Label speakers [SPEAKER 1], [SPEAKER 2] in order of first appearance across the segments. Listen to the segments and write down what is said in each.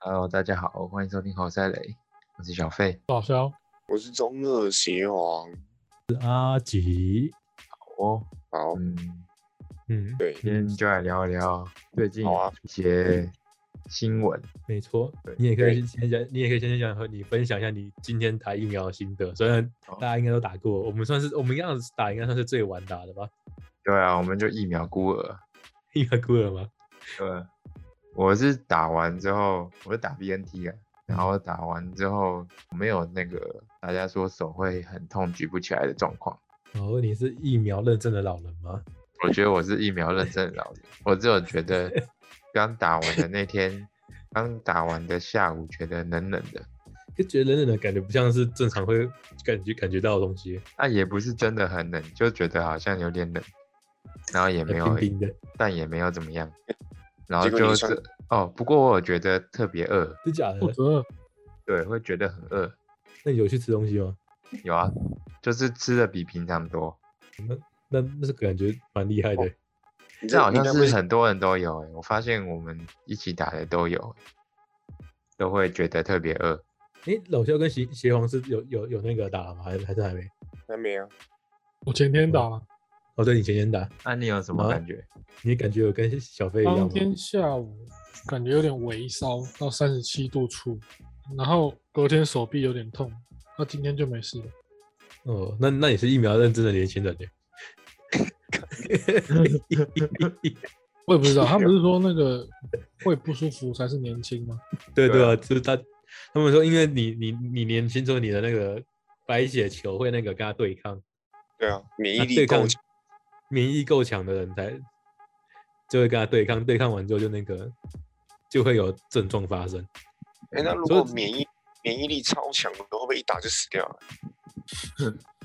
[SPEAKER 1] Hello，大家好，欢迎收听侯赛雷，我是小费。
[SPEAKER 2] 报销
[SPEAKER 3] 我是中二邪王。
[SPEAKER 2] 阿吉，
[SPEAKER 1] 哦，
[SPEAKER 3] 好，
[SPEAKER 1] 嗯，
[SPEAKER 2] 嗯，
[SPEAKER 3] 对，
[SPEAKER 1] 今天就来聊一聊最近
[SPEAKER 3] 好啊
[SPEAKER 1] 一些新闻。
[SPEAKER 2] 没错
[SPEAKER 1] 对，
[SPEAKER 2] 你也可以
[SPEAKER 3] 对
[SPEAKER 2] 先讲，你也可以先讲和你分享一下你今天打疫苗的心得。虽然
[SPEAKER 1] 好
[SPEAKER 2] 大家应该都打过，我们算是我们这样子打应该算是最晚打的吧？
[SPEAKER 1] 对啊，我们就疫苗孤儿。
[SPEAKER 2] 疫苗孤儿吗？
[SPEAKER 1] 对，我是打完之后，我是打 BNT 啊，然后打完之后没有那个大家说手会很痛举不起来的状况。
[SPEAKER 2] 哦，你是疫苗认证的老人吗？
[SPEAKER 1] 我觉得我是疫苗认证的老人，我只有觉得刚打完的那天，刚打完的下午觉得冷冷的，
[SPEAKER 2] 就觉得冷冷的感觉不像是正常会感觉感觉到的东西，
[SPEAKER 1] 那、也不是真的很冷，就觉得好像有点冷，然后也没有欸
[SPEAKER 2] 冰冰的，
[SPEAKER 1] 但也没有怎么样，然后
[SPEAKER 3] 结果
[SPEAKER 1] 就
[SPEAKER 3] 你
[SPEAKER 1] 是
[SPEAKER 3] 上
[SPEAKER 1] 哦，不过我有觉得特别饿，
[SPEAKER 2] 是假的？
[SPEAKER 4] 得
[SPEAKER 1] 对，会觉得很饿，
[SPEAKER 2] 那你有去吃东西吗？
[SPEAKER 1] 有啊，就是吃的比平常多，
[SPEAKER 2] 那那是感觉蛮厉害的、
[SPEAKER 1] 哦
[SPEAKER 3] 你
[SPEAKER 1] 这好
[SPEAKER 3] 你
[SPEAKER 1] 像
[SPEAKER 3] 该不会
[SPEAKER 1] 是很多人都有、欸，我发现我们一起打的都有欸、都会觉得特别饿，
[SPEAKER 2] 诶，老肖跟邪邪皇是有有有那个打了吗？还是还是还没？
[SPEAKER 3] 还没啊？
[SPEAKER 4] 我前天打
[SPEAKER 1] 嗯
[SPEAKER 4] 了，
[SPEAKER 2] 哦，对你前天打，
[SPEAKER 1] 那、你有什么
[SPEAKER 2] 啊
[SPEAKER 1] 感觉？
[SPEAKER 2] 你感觉有跟小飞一样
[SPEAKER 4] 当
[SPEAKER 2] 吗？
[SPEAKER 4] 天下午感觉有点微烧到三十七度出，然后隔天手臂有点痛，那今天就没事了。
[SPEAKER 2] 哦，那那也是疫苗认证的年轻人欸耶。
[SPEAKER 4] 我也不知道，他不是说那个会不舒服才是年轻吗？
[SPEAKER 2] 对对
[SPEAKER 1] 对啊
[SPEAKER 2] 啊，就是他，他们说，因为你你你年轻之后，你的那个白血球会那个跟他对抗，
[SPEAKER 3] 对啊，免疫
[SPEAKER 2] 他
[SPEAKER 3] 力
[SPEAKER 2] 对
[SPEAKER 3] 够
[SPEAKER 2] 抗
[SPEAKER 3] 强，
[SPEAKER 2] 免疫够强的人才就会跟他对抗，对抗完之后就那个就会有症状发生。
[SPEAKER 3] 哎、那如
[SPEAKER 2] 所以
[SPEAKER 3] 果免疫免疫力超强，的，会不会一打就死掉了？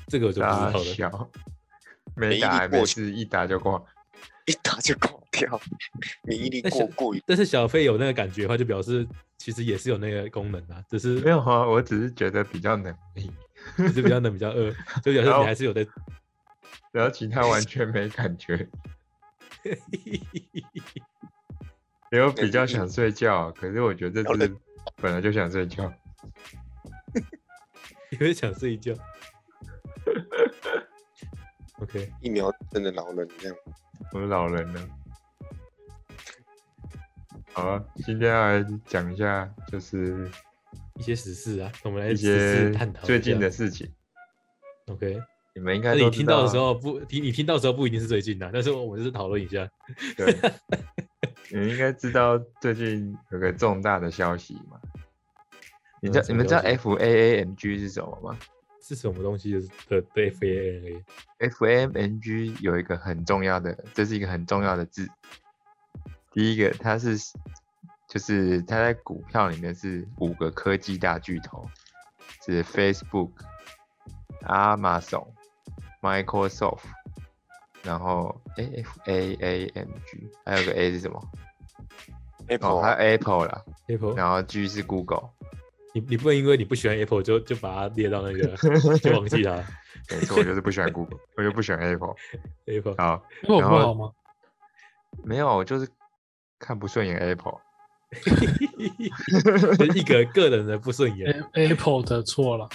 [SPEAKER 2] 这个我就不知
[SPEAKER 1] 大
[SPEAKER 3] 啊
[SPEAKER 2] 道了。
[SPEAKER 1] 小，
[SPEAKER 3] 免
[SPEAKER 1] 没
[SPEAKER 3] 疫
[SPEAKER 1] 打
[SPEAKER 3] 力
[SPEAKER 1] 还没
[SPEAKER 3] 过
[SPEAKER 1] 事，一打就挂。
[SPEAKER 3] 一打就挂掉，免疫力
[SPEAKER 1] 哎
[SPEAKER 2] 那
[SPEAKER 3] 过
[SPEAKER 2] 小
[SPEAKER 3] 过于
[SPEAKER 2] 但是小飞有那个感觉的话，就表示其实也是有那个功能啊，只是
[SPEAKER 1] 没有啊，我只是觉得比较能力，
[SPEAKER 2] 只是比较冷比较饿，就表示
[SPEAKER 1] 然后
[SPEAKER 2] 你还是有 在
[SPEAKER 1] 然后其他完全没感觉，也有比较想睡觉。可是我觉得这只本来就想睡觉，
[SPEAKER 2] 因为想睡 觉。OK，
[SPEAKER 3] 疫苗真的老人这样。
[SPEAKER 1] 我老人了。好啊，今天要来讲一下就是
[SPEAKER 2] 一些时事啊，我们来
[SPEAKER 1] 一
[SPEAKER 2] 时
[SPEAKER 1] 些
[SPEAKER 2] 事探讨一
[SPEAKER 1] 最近
[SPEAKER 2] 下
[SPEAKER 1] 的。事情，
[SPEAKER 2] OK，
[SPEAKER 1] 你们应
[SPEAKER 2] 那
[SPEAKER 1] 该
[SPEAKER 2] 你
[SPEAKER 1] 都知
[SPEAKER 2] 听
[SPEAKER 1] 道
[SPEAKER 2] 到
[SPEAKER 1] 啊。
[SPEAKER 2] 的时候不，听你听到的时候不一定是最近的、啊但是我们是讨论一下。
[SPEAKER 1] 对，你们应该知道最近有个重大的消息嘛？你知道
[SPEAKER 2] 嗯什
[SPEAKER 1] 你
[SPEAKER 2] 么
[SPEAKER 1] 们知道
[SPEAKER 2] 消息
[SPEAKER 1] F A A M G 是什么吗
[SPEAKER 2] 是什么东西的的的 FANA？
[SPEAKER 1] ？F A M N G 有一个很重要的，这是一个很重要的字。第一个，它是就是它在股票里面是五个科技大巨头，是 Facebook、Amazon、Microsoft，然后 A F A A M G，还有个 A 是什么？哦，
[SPEAKER 3] Apple
[SPEAKER 1] 还有 Apple 啦。
[SPEAKER 2] Apple，
[SPEAKER 1] 然后 G 是 Google，
[SPEAKER 2] 你你不能因为你不喜欢 Apple 就就把它列到那 个就忘记它。
[SPEAKER 1] 没错，我就是不喜欢 Google，我就不喜欢 Apple。
[SPEAKER 2] Apple
[SPEAKER 1] 好，
[SPEAKER 4] 因为我
[SPEAKER 1] 然
[SPEAKER 4] 不
[SPEAKER 1] 后
[SPEAKER 4] 好吗？
[SPEAKER 1] 没有，我就是看不顺眼 Apple。
[SPEAKER 2] 就是一个个人的不顺眼，
[SPEAKER 4] A- Apple 的错了，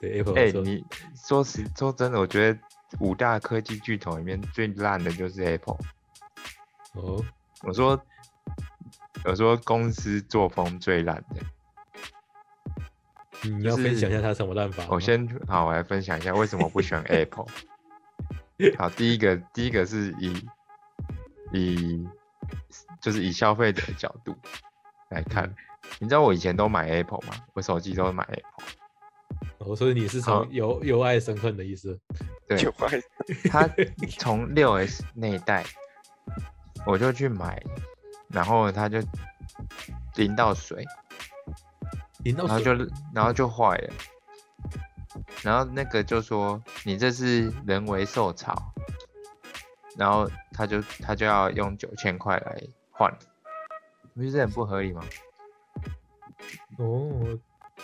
[SPEAKER 2] 对 Apple
[SPEAKER 1] 哎、
[SPEAKER 2] 来说，
[SPEAKER 1] 你说实说真的，我觉得五大科技巨头里面最烂的就是 Apple。
[SPEAKER 2] 哦，
[SPEAKER 1] 我说，我说公司作风最烂的。
[SPEAKER 2] 你
[SPEAKER 1] 就
[SPEAKER 2] 要分
[SPEAKER 1] 是
[SPEAKER 2] 享一下他什么烂法吗？
[SPEAKER 1] 我先好，我来分享一下为什么我不喜欢 Apple。好，第一个，第一个是以以就是以消费者的角度来看，你知道我以前都买 Apple 吗？我手机都是买 Apple。
[SPEAKER 2] 哦，所以你是
[SPEAKER 1] 好
[SPEAKER 2] 从由由爱生恨的意思。
[SPEAKER 1] 对
[SPEAKER 3] 有爱
[SPEAKER 1] 它从六 S 那一代，我就去买，然后它就淋到水，
[SPEAKER 2] 淋到
[SPEAKER 1] 然后
[SPEAKER 2] 哦水
[SPEAKER 1] 就然后就坏了，然后那个就说你这是人为受潮，然后他就他就要用九千块来换，你不觉得很不合理吗？
[SPEAKER 2] 哦，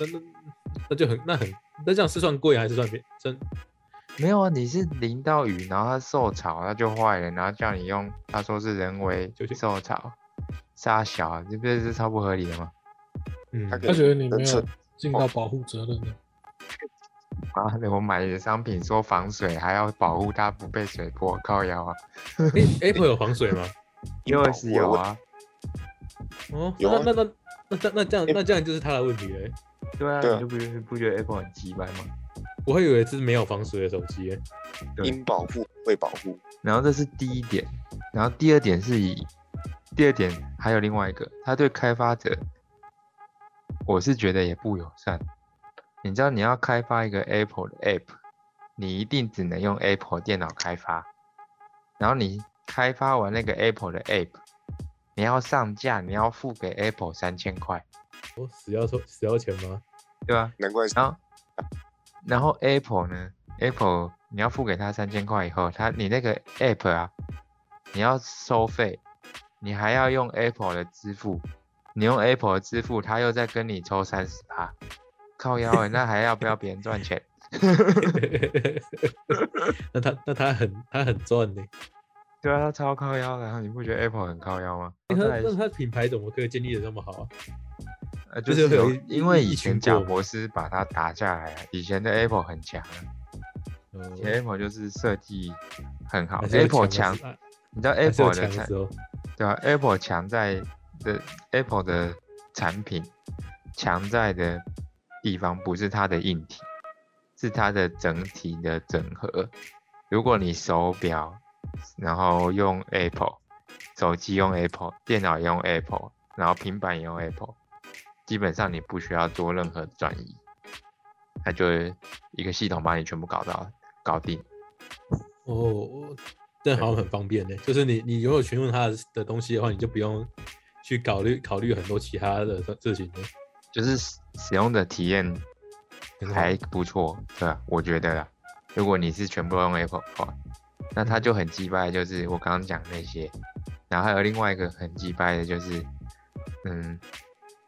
[SPEAKER 2] 那那那就很那很那这样是算贵还是算便真？
[SPEAKER 1] 没有啊，你是淋到雨，然后它受潮，它就坏了，然后叫你用，他说是人为
[SPEAKER 2] 九千
[SPEAKER 1] 受潮，沙小啊，这不是超不合理的吗？
[SPEAKER 2] 嗯，
[SPEAKER 3] 他可
[SPEAKER 4] 他觉得你没
[SPEAKER 3] 人设
[SPEAKER 4] 有尽到保护责任
[SPEAKER 1] 哦
[SPEAKER 4] 的，
[SPEAKER 1] 妈啊 的，我买的商品说防水，还要保护它不被水泼，靠腰啊！
[SPEAKER 2] 诶 Apple 哎有防水吗？
[SPEAKER 1] 因为是有啊，
[SPEAKER 2] 哦，
[SPEAKER 3] 有
[SPEAKER 2] 那
[SPEAKER 3] 啊
[SPEAKER 2] 那那那那那这样
[SPEAKER 1] 哎
[SPEAKER 3] 诶
[SPEAKER 2] 那这样就是他的问题嘞。
[SPEAKER 1] 对啊，
[SPEAKER 3] 对啊
[SPEAKER 1] 你就不是不觉得 Apple 很鸡掰吗？
[SPEAKER 2] 我会以为是没有防水的手机耶，
[SPEAKER 1] 对
[SPEAKER 3] 应保护未保护，
[SPEAKER 1] 然后这是第一点，然后第二点是以第二点还有另外一个，他对开发者，我是觉得也不友善。你知道你要开发一个 Apple 的 App，你一定只能用 Apple 电脑开发，然后你开发完那个 Apple 的 App，你要上架，你要付给 Apple 三千块，
[SPEAKER 2] 我哦死要抽死要钱吗？
[SPEAKER 1] 对吧、
[SPEAKER 3] 难怪是
[SPEAKER 1] 然后，然后 Apple 呢？Apple 你要付给他三千块以后，他你那个 App 啊，你要收费，你还要用 Apple 的支付，你用 Apple 的支付，他又再跟你抽三十趴，靠腰、欸，那还要不要别人赚钱？
[SPEAKER 2] 那他那他很他很赚
[SPEAKER 1] 哦
[SPEAKER 2] 呢。
[SPEAKER 1] 对啊，他超靠腰的，然后你不觉得 Apple 很靠腰吗？
[SPEAKER 2] 诶
[SPEAKER 1] 然
[SPEAKER 2] 他
[SPEAKER 1] 后再来
[SPEAKER 2] 那他品牌怎么可以建立的那么好啊？
[SPEAKER 1] 呃就
[SPEAKER 2] 就
[SPEAKER 1] 是
[SPEAKER 2] 是会有
[SPEAKER 1] 有
[SPEAKER 2] 一，
[SPEAKER 1] 因为
[SPEAKER 2] 一
[SPEAKER 1] 以前
[SPEAKER 2] 群
[SPEAKER 1] 贾
[SPEAKER 2] 过
[SPEAKER 1] 博士把它打下来啊，以前的 Apple 很强啊，以前
[SPEAKER 2] 嗯，
[SPEAKER 1] Apple 就是设计很哎好
[SPEAKER 2] 还是有
[SPEAKER 1] ，Apple 强
[SPEAKER 2] 强的时，候
[SPEAKER 1] 你知道
[SPEAKER 2] 还是有
[SPEAKER 1] Apple 的
[SPEAKER 2] 强
[SPEAKER 1] 产
[SPEAKER 2] 的时候，
[SPEAKER 1] 对啊，Apple 强在的 Apple 的产品强在的地方不是它的硬体，是它的整体的整合。如果你手表，然后用 Apple，手机用 Apple，电脑也用 Apple，然后平板也用 Apple，基本上你不需要做任何转移，它就会一个系统把你全部搞到搞定。
[SPEAKER 2] 哦，这好像很方便呢。就是你你如果询问他的的东西的话，你就不用去考虑考虑很多其他的事事情了。
[SPEAKER 1] 就是使使用的体验
[SPEAKER 2] 很好
[SPEAKER 1] 还不错，对吧？我觉得啦，如果你是全部都用 Apple 的话，那它就很击败，就是我刚刚讲那些，然后还有另外一个很击败的就是，嗯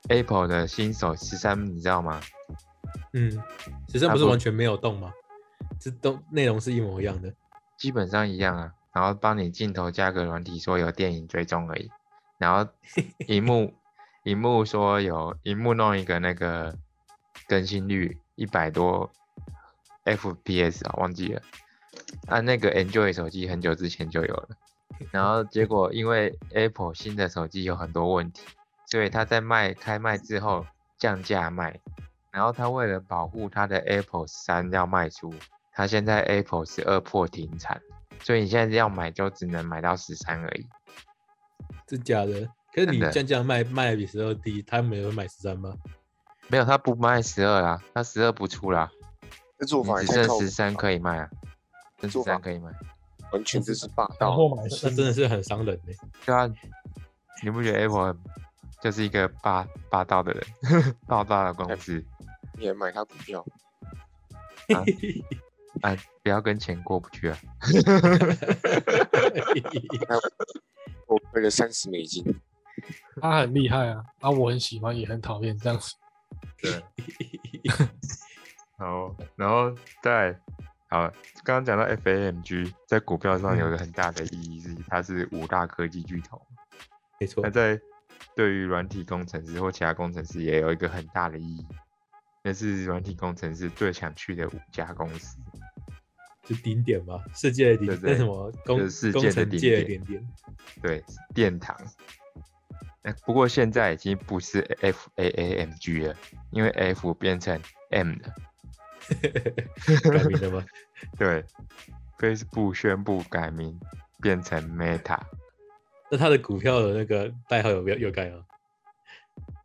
[SPEAKER 1] ，Apple 的新手十三，你知道吗？
[SPEAKER 2] 嗯，实际上
[SPEAKER 1] 它
[SPEAKER 2] 不是
[SPEAKER 1] 不
[SPEAKER 2] 完全没有动吗？这都内容是一模一样的。
[SPEAKER 1] 基本上一样啊，然后帮你镜头加个软体说有电影追踪而已，然后荧幕荧幕说有荧幕弄一个那个更新率一百多 FPS 啊，忘记了，啊那个 Enjoy 手机很久之前就有了，然后结果因为 Apple 新的手机有很多问题，所以他在卖开卖之后降价卖，然后他为了保护他的 Apple 三要卖出，他现在 Apple 十二 Pro 停产，所以你现在要买就只能买到十三而已。
[SPEAKER 2] 真假的？可是你
[SPEAKER 1] 真的
[SPEAKER 2] 降价卖卖得比十二低，他们也会买十三吗？
[SPEAKER 1] 没有，他不卖十二啦，他十二不出啦，
[SPEAKER 3] 这做法
[SPEAKER 1] 你
[SPEAKER 3] 也
[SPEAKER 1] 只
[SPEAKER 3] 太
[SPEAKER 1] 剩
[SPEAKER 3] 靠谱
[SPEAKER 1] 十三
[SPEAKER 3] 了
[SPEAKER 1] 可以卖啊，剩十
[SPEAKER 3] 做法
[SPEAKER 1] 三可以卖。
[SPEAKER 3] 完全就是霸
[SPEAKER 4] 然
[SPEAKER 3] 道。
[SPEAKER 4] 后买
[SPEAKER 2] 那
[SPEAKER 4] 新
[SPEAKER 2] 那真的是很伤人欸呢、
[SPEAKER 1] 对啊，你不觉得 Apple 很就是一个霸霸道的人， 霸道的公司
[SPEAKER 3] 你也买他股票，
[SPEAKER 1] 啊？不要跟钱过不去啊！
[SPEAKER 3] 我亏了三十美金，
[SPEAKER 4] 他很厉害啊，啊，我很喜欢，也很讨厌这样子。
[SPEAKER 1] 对。好，然后再来好，刚刚讲到 FAMG 在股票上有一个很大的意义是，它是五大科技巨头。
[SPEAKER 2] 没错
[SPEAKER 1] 那，在对于软体工程师或其他工程师也有一个很大的意义，那是软体工程师最想去的五家公司。
[SPEAKER 2] 是顶点吧，世界的顶
[SPEAKER 1] 对
[SPEAKER 2] 点，
[SPEAKER 1] 对
[SPEAKER 2] 那什么工
[SPEAKER 1] 就是世界
[SPEAKER 2] 工
[SPEAKER 1] 的
[SPEAKER 2] 程
[SPEAKER 1] 顶
[SPEAKER 2] 界的
[SPEAKER 1] 点
[SPEAKER 2] 顶点，
[SPEAKER 1] 对，殿堂。那不过现在已经不是 F A A M G 了，因为 F 变成 M 了。
[SPEAKER 2] 改名了吗？
[SPEAKER 1] 对，Facebook 宣布改名变成 Meta。
[SPEAKER 2] 那他的股票的那个代号有没有有改吗？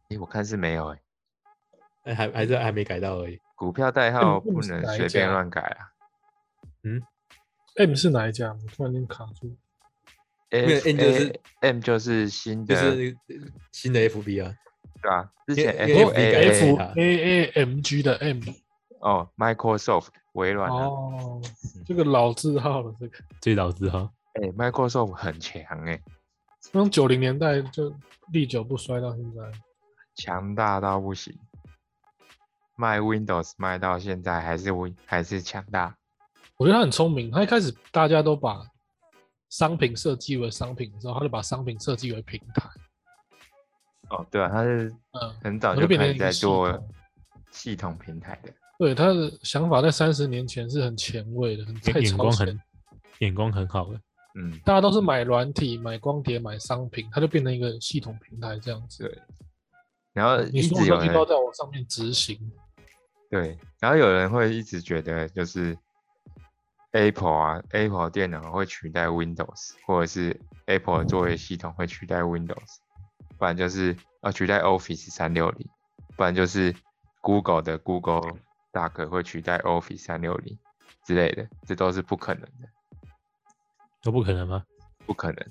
[SPEAKER 1] 诶，我看是没有诶、
[SPEAKER 2] 哎，还还是还没改到而已。
[SPEAKER 1] 股票代号
[SPEAKER 4] 不
[SPEAKER 1] 不
[SPEAKER 4] 是
[SPEAKER 1] 能
[SPEAKER 4] 哪一
[SPEAKER 1] 随
[SPEAKER 4] 家
[SPEAKER 1] 便乱改啊。
[SPEAKER 4] M 是哪一家？我突然间卡住。
[SPEAKER 2] 有
[SPEAKER 1] F
[SPEAKER 2] M 就是
[SPEAKER 1] A- M 就是新
[SPEAKER 2] 就
[SPEAKER 1] 的，
[SPEAKER 2] 是那
[SPEAKER 1] 啊
[SPEAKER 2] 个新的 FB 啊，
[SPEAKER 1] 对啊，之
[SPEAKER 2] 因为
[SPEAKER 1] 前
[SPEAKER 2] 因为
[SPEAKER 1] F
[SPEAKER 2] FB
[SPEAKER 1] A
[SPEAKER 2] 改
[SPEAKER 1] A
[SPEAKER 4] F
[SPEAKER 2] FAA
[SPEAKER 4] A A M G 的 M
[SPEAKER 1] 哦，Microsoft 微软啊，
[SPEAKER 4] 哦，这个老字号了，这个
[SPEAKER 2] 最早之后，
[SPEAKER 1] 哎、m i c r o s o f t 很强哎、
[SPEAKER 4] 从九零年代就历久不衰到现在。
[SPEAKER 1] 强大到不行。卖 Windows 卖到现在还是 Win 还是强大，
[SPEAKER 4] 我觉得他很聪明，他一开始大家都把商品设计为商品的时候，他就把商品设计为平台，
[SPEAKER 1] 哦，对啊，它是
[SPEAKER 4] 嗯，
[SPEAKER 1] 很早
[SPEAKER 4] 它
[SPEAKER 1] 就
[SPEAKER 4] 变
[SPEAKER 1] 开
[SPEAKER 4] 成
[SPEAKER 1] 始
[SPEAKER 4] 一个
[SPEAKER 1] 在
[SPEAKER 4] 系
[SPEAKER 1] 做
[SPEAKER 4] 统
[SPEAKER 1] 系统平台的，
[SPEAKER 4] 对他的想法在三十年前是很前卫的，很太
[SPEAKER 2] 眼
[SPEAKER 4] 超
[SPEAKER 2] 光
[SPEAKER 4] 前
[SPEAKER 2] 很。眼光很好的，
[SPEAKER 1] 嗯，
[SPEAKER 4] 大家都是买软体、买光碟、买商品，它就变成一个系统平台这样子。
[SPEAKER 1] 对。然后
[SPEAKER 4] 你
[SPEAKER 1] 一
[SPEAKER 4] 所
[SPEAKER 1] 直有
[SPEAKER 4] 有东西
[SPEAKER 1] 人
[SPEAKER 4] 都要在我上面执行，
[SPEAKER 1] 对，然后有人会一直觉得就是 Apple 啊，Apple 电脑会取代 Windows，或者是 Apple 的作业系统会取代 Windows，不然就是啊取代 Office 三六零，不然就是 Google 的 Google Doc 会取代 Office 三六零之类的，这都是不可能的，
[SPEAKER 2] 都不可能吗？
[SPEAKER 1] 不可能。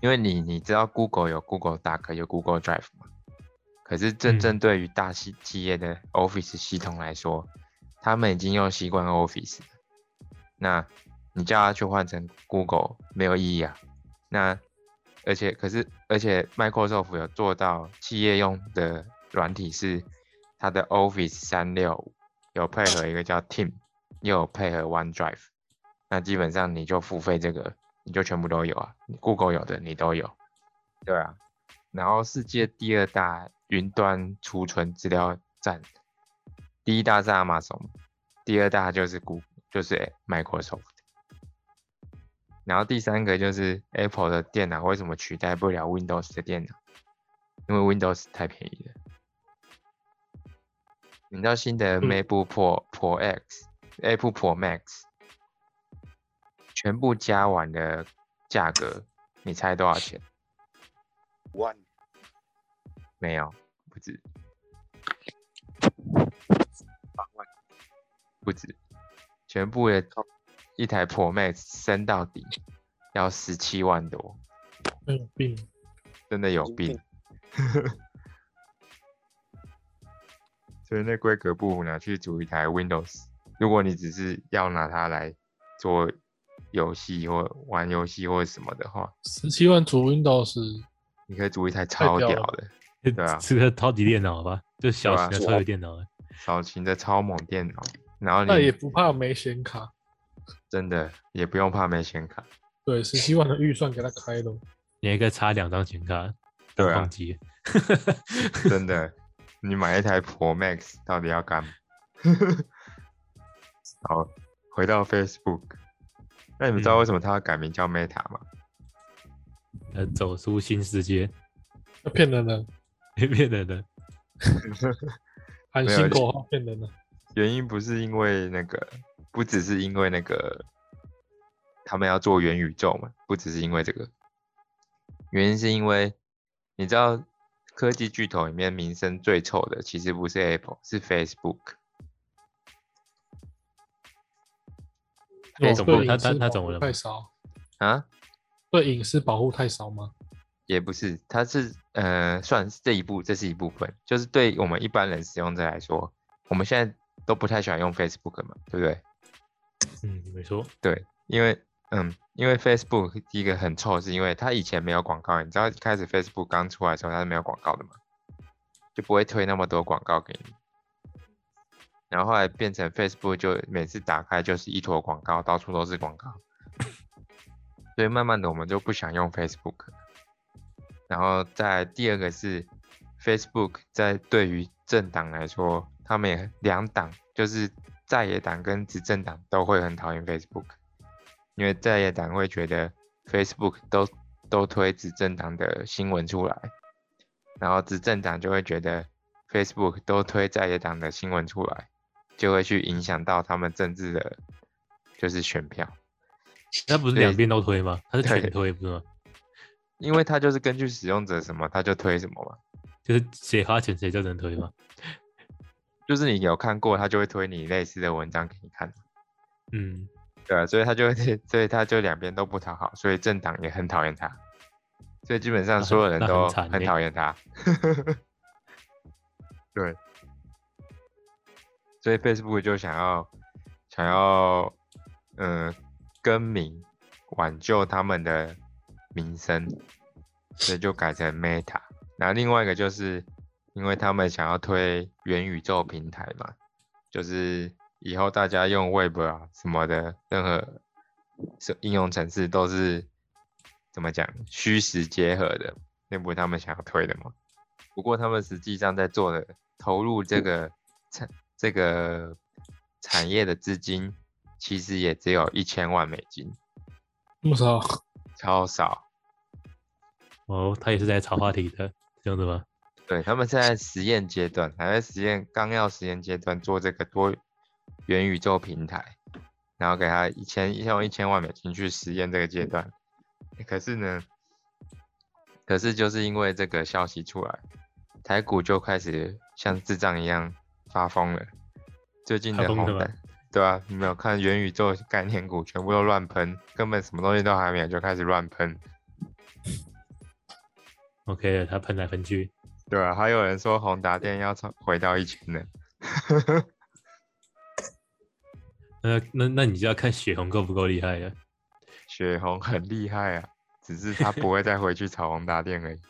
[SPEAKER 1] 因为你你知道 Google 有 Google Doc 有 Google Drive 嘛，可是真
[SPEAKER 2] 嗯
[SPEAKER 1] 正对于大系企业的 Office 系统来说，他们已经用习惯 Office 了那你叫他去换成 Google 没有意义啊。那而且可是而且 Microsoft 有做到企业用的软体是它的 Office 三六五有配合一个叫 Team，又有配合 OneDrive。那基本上你就付费这个，你就全部都有啊你，Google 有的你都有。对啊，然后世界第二大云端储存资料站，第一大是 Amazon，第二大就是 g 就是 Microsoft。然后第三个就是 Apple 的电脑为什么取代不了 Windows 的电脑？因为 Windows 太便宜了。你知道新的
[SPEAKER 4] 嗯
[SPEAKER 1] MacBook Pro、Pro X、Apple Pro Max 全部加完的价格，你猜多少钱？
[SPEAKER 3] 五万
[SPEAKER 1] 没有，不止，
[SPEAKER 3] 八万，
[SPEAKER 1] 不止，全部的一台 Pro Max 升到底要十七万多，
[SPEAKER 4] 没有病。
[SPEAKER 1] 真的有
[SPEAKER 3] 神经
[SPEAKER 1] 病
[SPEAKER 3] 病。
[SPEAKER 1] 所以那规格不如拿去组一台 Windows。如果你只是要拿它来做游戏或玩游戏或什么的话，
[SPEAKER 4] 十七万主 Windows，
[SPEAKER 1] 你可以组一台
[SPEAKER 4] 太
[SPEAKER 1] 超
[SPEAKER 4] 屌
[SPEAKER 1] 屌
[SPEAKER 4] 了
[SPEAKER 1] 的、
[SPEAKER 2] 对
[SPEAKER 1] 啊
[SPEAKER 2] 是个超级电脑吧，就小型
[SPEAKER 1] 对
[SPEAKER 2] 的
[SPEAKER 1] 啊
[SPEAKER 2] 超级电脑了。
[SPEAKER 1] 小型的超猛电脑，然后
[SPEAKER 4] 那也
[SPEAKER 1] 你
[SPEAKER 4] 不怕没显卡。
[SPEAKER 1] 真的也不用怕没显卡。
[SPEAKER 4] 对，十七万的预算给他开了，
[SPEAKER 2] 你还可以插两张显卡，
[SPEAKER 1] 对啊
[SPEAKER 2] 当机。
[SPEAKER 1] 真的， 你买一台 Pro Max 到底要干嘛？ 好，回到 Facebook，那你们知道
[SPEAKER 2] 嗯
[SPEAKER 1] 为什么它要改名叫 Meta 吗？
[SPEAKER 2] 呃，走出新世界，
[SPEAKER 4] 要骗人了，
[SPEAKER 2] 骗人的。
[SPEAKER 4] 喊
[SPEAKER 1] 没有
[SPEAKER 4] 新
[SPEAKER 1] 就
[SPEAKER 4] 口号骗人了。
[SPEAKER 1] 原因不是因为那个，不只是因为那个，他们要做元宇宙嘛，不只是因为这个，原因是因为你知道科技巨头里面名声最臭的其实不是 Apple，是 Facebook。
[SPEAKER 4] 我
[SPEAKER 1] 那种不
[SPEAKER 4] 对
[SPEAKER 2] 他他
[SPEAKER 4] 隐私
[SPEAKER 2] 他
[SPEAKER 4] 保
[SPEAKER 2] 哎怎
[SPEAKER 4] 护
[SPEAKER 2] 么了
[SPEAKER 4] 太少，
[SPEAKER 1] 啊？
[SPEAKER 4] 对隐私保护太少吗？
[SPEAKER 1] 也不是，它是呃，算是这一部，这是一部分，就是对我们一般人使用者来说，我们现在都不太喜欢用 Facebook 嘛，对不对？
[SPEAKER 2] 嗯，没错，
[SPEAKER 1] 对，因为嗯，因为 Facebook 第一个很臭，是因为它以前没有广告，你知道一开始 Facebook 刚出来的时候它是没有广告的嘛，就不会推那么多广告给你。然后后来变成 Facebook 就每次打开就是一坨广告，到处都是广告，所以慢慢的我们就不想用 Facebook 了。然后在第二个是 Facebook 在对于政党来说，他们也两党就是在野党跟执政党都会很讨厌 Facebook，因为在野党会觉得 Facebook 都都推执政党的新闻出来，然后执政党就会觉得 Facebook 都推在野党的新闻出来，就会去影响到他们政治的，就是选票。
[SPEAKER 2] 那不是
[SPEAKER 1] 对
[SPEAKER 2] 两边都推吗？他是全
[SPEAKER 1] 对
[SPEAKER 2] 推不是吗？
[SPEAKER 1] 因为它就是根据使用者什么，它就推什么嘛。
[SPEAKER 2] 就是谁花钱谁就能推吗？
[SPEAKER 1] 就是你有看过，它就会推你类似的文章给你看。
[SPEAKER 2] 嗯，
[SPEAKER 1] 对啊，所以他就会， 所以他就两边都不讨好，所以政党也很讨厌他，所以基本上
[SPEAKER 2] 那
[SPEAKER 1] 所有
[SPEAKER 2] 很
[SPEAKER 1] 人
[SPEAKER 2] 那很
[SPEAKER 1] 都
[SPEAKER 2] 惨
[SPEAKER 1] 很
[SPEAKER 2] 欸
[SPEAKER 1] 讨厌他。对，所以 Facebook 就想要想要嗯、呃更名，挽救他们的名声，所以就改成 Meta。然后另外一个就是因为他们想要推元宇宙平台嘛，就是以后大家用 Web 啊什么的，任何是应用程式都是怎么讲虚实结合的，那不是他们想要推的吗？不过他们实际上在做的投入这个产这个产业的资金，其实也只有一千万美金，
[SPEAKER 4] 多少？
[SPEAKER 1] 超少。
[SPEAKER 2] 哦，他也是在炒话题的，这样子吗？
[SPEAKER 1] 对他们现在实验阶段，还在实验刚要实验阶段做这个多元宇宙平台，然后给他一千用一千万美金去实验这个阶段。可是呢，可是就是因为这个消息出来，台股就开始像智障一样发疯了。最近的
[SPEAKER 2] 发疯
[SPEAKER 1] 红
[SPEAKER 2] 了吗
[SPEAKER 1] 单，对啊，你没有看元宇宙概念股全部都乱喷，根本什么东西都还没有就开始乱喷。
[SPEAKER 2] OK，他喷来喷去，
[SPEAKER 1] 对啊，还有人说宏达电要从回到一千呢。
[SPEAKER 2] 那那那你就要看血红够不够厉害了。
[SPEAKER 1] 雪红很厉害啊，只是他不会再回去炒宏达店而已。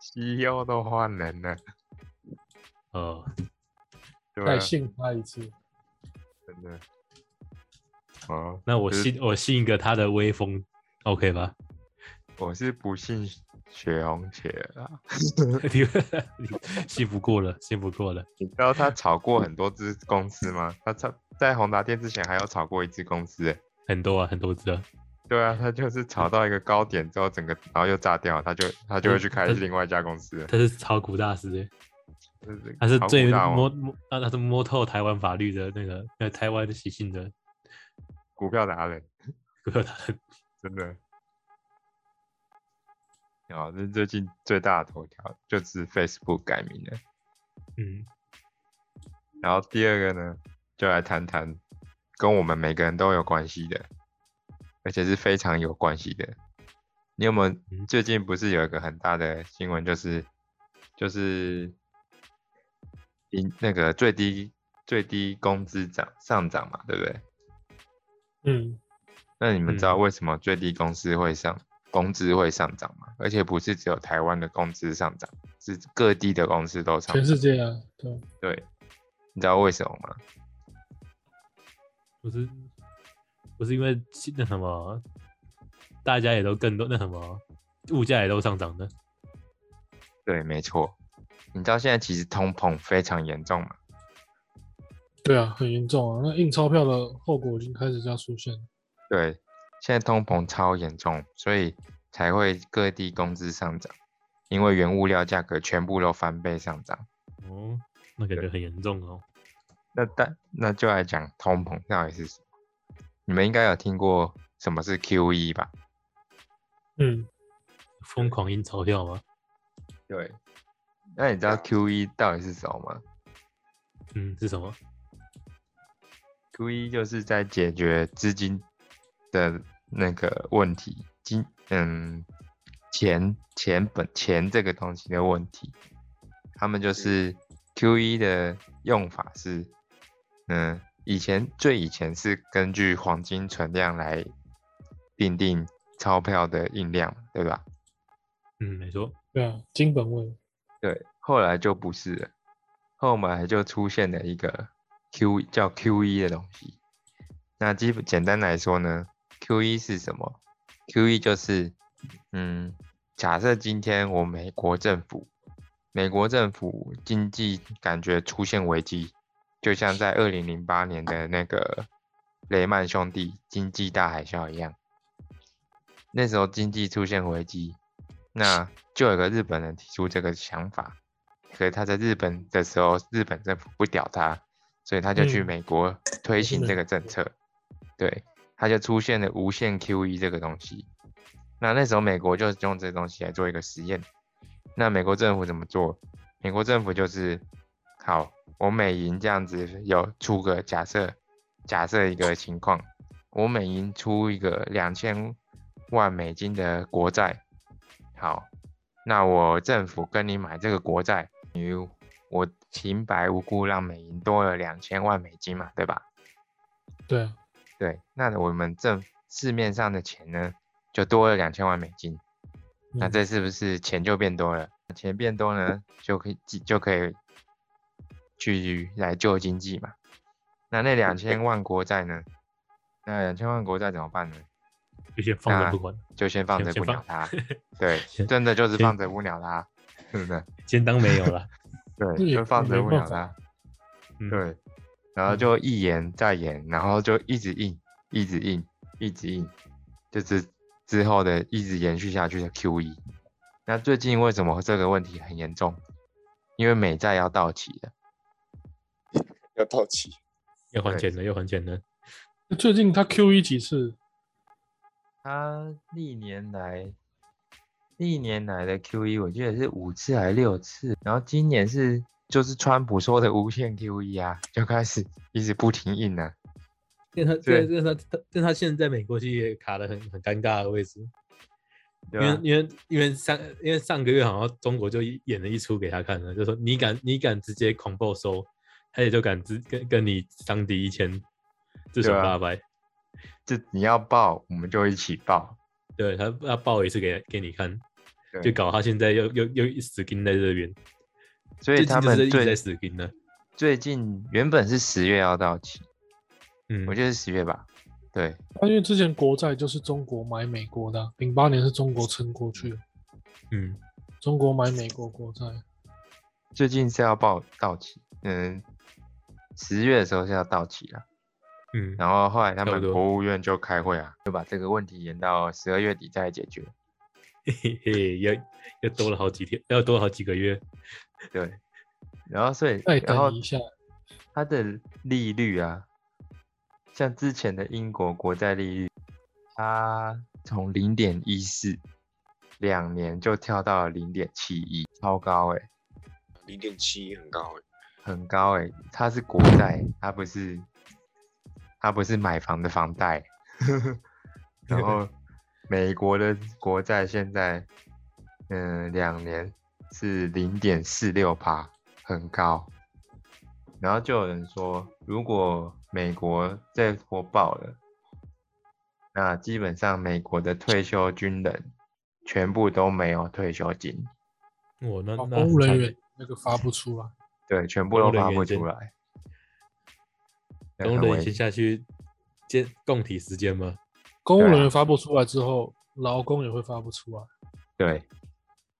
[SPEAKER 1] CEO 都换人了，
[SPEAKER 2] 哦，
[SPEAKER 1] 对啊吧、
[SPEAKER 4] 再信他一次。
[SPEAKER 1] 真的。哦，
[SPEAKER 2] 那我
[SPEAKER 1] 就是
[SPEAKER 2] 信我信一个他的威风，OK 吧？
[SPEAKER 1] 我是不信雪红姐的啦。嗯
[SPEAKER 2] 你你信不过了，信不过了。
[SPEAKER 1] 你知道他炒过很多只公司吗？他炒在宏达店之前还有炒过一只公司、欸。
[SPEAKER 2] 很多啊，很多只啊，
[SPEAKER 1] 对啊，他就是炒到一个高点之后，整个然后又炸掉，他就他就会去开
[SPEAKER 2] 哎他
[SPEAKER 1] 另外一家公司了。
[SPEAKER 2] 他是炒股大师欸，
[SPEAKER 1] 就是
[SPEAKER 2] 他是
[SPEAKER 1] 炒股
[SPEAKER 2] 最
[SPEAKER 1] 大王
[SPEAKER 2] 摸摸，啊，他是摸透台湾法律的那个，呃，台湾习性的
[SPEAKER 1] 股票达人。
[SPEAKER 2] 股票达人。
[SPEAKER 1] 真的。啊，这是最近最大的头条就是 Facebook 改名了。
[SPEAKER 2] 嗯，
[SPEAKER 1] 然后第二个呢，就来谈谈跟我们每个人都有关系的，而且是非常有关系的。你有没有
[SPEAKER 2] 嗯
[SPEAKER 1] 最近不是有一个很大的新闻，就是就是银那个最低最低工资涨上涨嘛，对不对？
[SPEAKER 4] 嗯，
[SPEAKER 1] 那你们知
[SPEAKER 2] 嗯
[SPEAKER 1] 道为什么最低工资会上、工资会上涨吗？而且不是只有台湾的工资上涨，是各地的公司都上
[SPEAKER 4] 全
[SPEAKER 1] 涨。
[SPEAKER 4] 世界啊，对，
[SPEAKER 1] 对，你知道为什么吗？
[SPEAKER 2] 不是不是因为那什么，大家也都更多那什么，物价也都上涨的。
[SPEAKER 1] 对，没错。你知道现在其实通膨非常严重嘛？
[SPEAKER 4] 对啊，很严重啊。那印钞票的后果已经开始要出现了。
[SPEAKER 1] 对，现在通膨超严重，所以才会各地工资上涨，因为原物料价格全部都翻倍上涨。
[SPEAKER 2] 哦，那感觉很严重哦。
[SPEAKER 1] 那但那就来讲通膨到底是什么？你们应该有听过什么是 QE 吧？
[SPEAKER 4] 嗯，
[SPEAKER 2] 疯狂印钞票吗？
[SPEAKER 1] 对，那你知道
[SPEAKER 3] 对
[SPEAKER 1] Q E 到底是什么吗
[SPEAKER 2] 嗯，是什么？
[SPEAKER 1] ？Q E 就是在解决资金的那个问题，金嗯钱钱本钱这个东西的问题。他们就是 Q E 的用法是，嗯，以前最以前是根据黄金存量来定定钞票的印量，对吧？
[SPEAKER 2] 嗯，没错。
[SPEAKER 4] 对啊，金本位。
[SPEAKER 1] 对，后来就不是了，后来就出现了一个 Q 叫 QE 的东西。那基本简单来说呢，QE E 是什么？QE 就是，嗯，假设今天我美国政府，美国政府经济感觉出现危机，就像在二零零八年的那个雷曼兄弟经济大海啸一样，那时候经济出现危机，那就有个日本人提出这个想法，可是他在日本的时候，日本政府不屌他，所以他就去
[SPEAKER 4] 嗯
[SPEAKER 1] 美国推行
[SPEAKER 4] 美
[SPEAKER 1] 这个政策，对，他就出现了无限 QE 这个东西。那那时候美国就用这个东西来做一个实验。那美国政府怎么做？美国政府就是，好，我美银这样子有出个假设，假设一个情况，我美银出一个两千万美金的国债，好，那我政府跟你买这个国债，等于我平白无故让美银多了两千万美金嘛，对吧？
[SPEAKER 4] 对啊，
[SPEAKER 1] 对，那我们政市面上的钱呢，就多了两千万美金，那
[SPEAKER 4] 嗯
[SPEAKER 1] 这是不是钱就变多了？钱变多呢，就可以就可以去来救经济嘛。那那两千万国债呢？那两千万国债怎么办呢？
[SPEAKER 2] 就先放着
[SPEAKER 1] 那
[SPEAKER 2] 不管，
[SPEAKER 1] 就先放
[SPEAKER 2] 先
[SPEAKER 1] 着
[SPEAKER 2] 先
[SPEAKER 1] 不鸟
[SPEAKER 2] 放
[SPEAKER 1] 它。 对，
[SPEAKER 2] 先
[SPEAKER 1] 真的就是
[SPEAKER 2] 先
[SPEAKER 1] 放着不鸟它，真的
[SPEAKER 2] 先当没有 了。
[SPEAKER 1] 对，
[SPEAKER 4] 也
[SPEAKER 1] 就放着
[SPEAKER 4] 没
[SPEAKER 1] 不
[SPEAKER 4] 办
[SPEAKER 1] 鸟
[SPEAKER 4] 法
[SPEAKER 1] 它。
[SPEAKER 2] 嗯，
[SPEAKER 1] 对，然后
[SPEAKER 2] 嗯
[SPEAKER 1] 就一延再延，然后就一直印，一直印，一直印，就是之后的一直延续下去的 Q E。那最近为什么这个问题很严重？因为美债要到期了，
[SPEAKER 3] 要到期。
[SPEAKER 2] 要还
[SPEAKER 1] 对
[SPEAKER 2] 钱了，要还钱了。
[SPEAKER 4] 最近他 Q E 几次？
[SPEAKER 1] 它历年来历年来的 Q E 我记得是五次还六次，然后今年是就是川普说的无限 Q E 啊，就开始一直不停印啊。
[SPEAKER 2] 但他，
[SPEAKER 1] 对
[SPEAKER 2] 但他，他，但他现在在美国其实也卡的很很尴尬的位置，
[SPEAKER 1] 对啊吧
[SPEAKER 2] 因为因为因为上因为上个月好像中国就演了一出给他看了，就说你敢你敢直接恐暴收，他也就敢直跟跟你伤敌一千，自损
[SPEAKER 1] 对啊
[SPEAKER 2] 八百。
[SPEAKER 1] 这你要报，我们就一起报。
[SPEAKER 2] 对他他报一次给给你看，
[SPEAKER 1] 对
[SPEAKER 2] 就搞他现在又又又死盯在这边，
[SPEAKER 1] 所以
[SPEAKER 2] 最近
[SPEAKER 1] 他
[SPEAKER 2] 就是
[SPEAKER 1] 们
[SPEAKER 2] 一直
[SPEAKER 1] 最
[SPEAKER 2] 在死盯呢。
[SPEAKER 1] 最近原本是十月要到期，
[SPEAKER 2] 嗯，
[SPEAKER 1] 我记得是十月吧？对
[SPEAKER 4] 他因为之前国债就是中国买美国的啊，零八年是中国撑过去的，
[SPEAKER 2] 嗯，
[SPEAKER 4] 中国买美国国债。
[SPEAKER 1] 最近是要报到期，嗯，十月的时候是要到期了。
[SPEAKER 2] 嗯，
[SPEAKER 1] 然后后来他
[SPEAKER 2] 差不
[SPEAKER 1] 们
[SPEAKER 2] 多
[SPEAKER 1] 国务院就开会啊，就把这个问题延到十二月底再解决。
[SPEAKER 2] 嘿嘿嘿，又又多了好几天，又多了好几个月。
[SPEAKER 1] 对，然后所以
[SPEAKER 2] 哎
[SPEAKER 4] 再
[SPEAKER 1] 然后
[SPEAKER 4] 等一下，
[SPEAKER 1] 它的利率啊，像之前的英国国债利率，它从零点一四两年就跳到了零点七一，超高哎、
[SPEAKER 3] 零点七很高欸
[SPEAKER 1] 很高哎、它是国债，它不是，它不是买房的房贷。然后美国的国债现在，嗯、两年是零点四六趴，很高。然后就有人说，如果美国再拖爆了，那基本上美国的退休军人全部都没有退休金，
[SPEAKER 2] 我那
[SPEAKER 4] 哦
[SPEAKER 2] 那
[SPEAKER 4] 公务
[SPEAKER 2] 很
[SPEAKER 4] 人
[SPEAKER 2] 惨
[SPEAKER 4] 员那个发不出来，
[SPEAKER 1] 对，全部
[SPEAKER 2] 公
[SPEAKER 1] 都
[SPEAKER 2] 务人
[SPEAKER 1] 发
[SPEAKER 2] 员
[SPEAKER 1] 不
[SPEAKER 2] 真
[SPEAKER 1] 出来。那
[SPEAKER 2] 工
[SPEAKER 1] 很
[SPEAKER 2] 人
[SPEAKER 1] 危
[SPEAKER 2] 先下去接供体时间吗？
[SPEAKER 4] 公务
[SPEAKER 1] 对啊
[SPEAKER 4] 人员发不出来之后，劳工也会发不出来。
[SPEAKER 1] 对，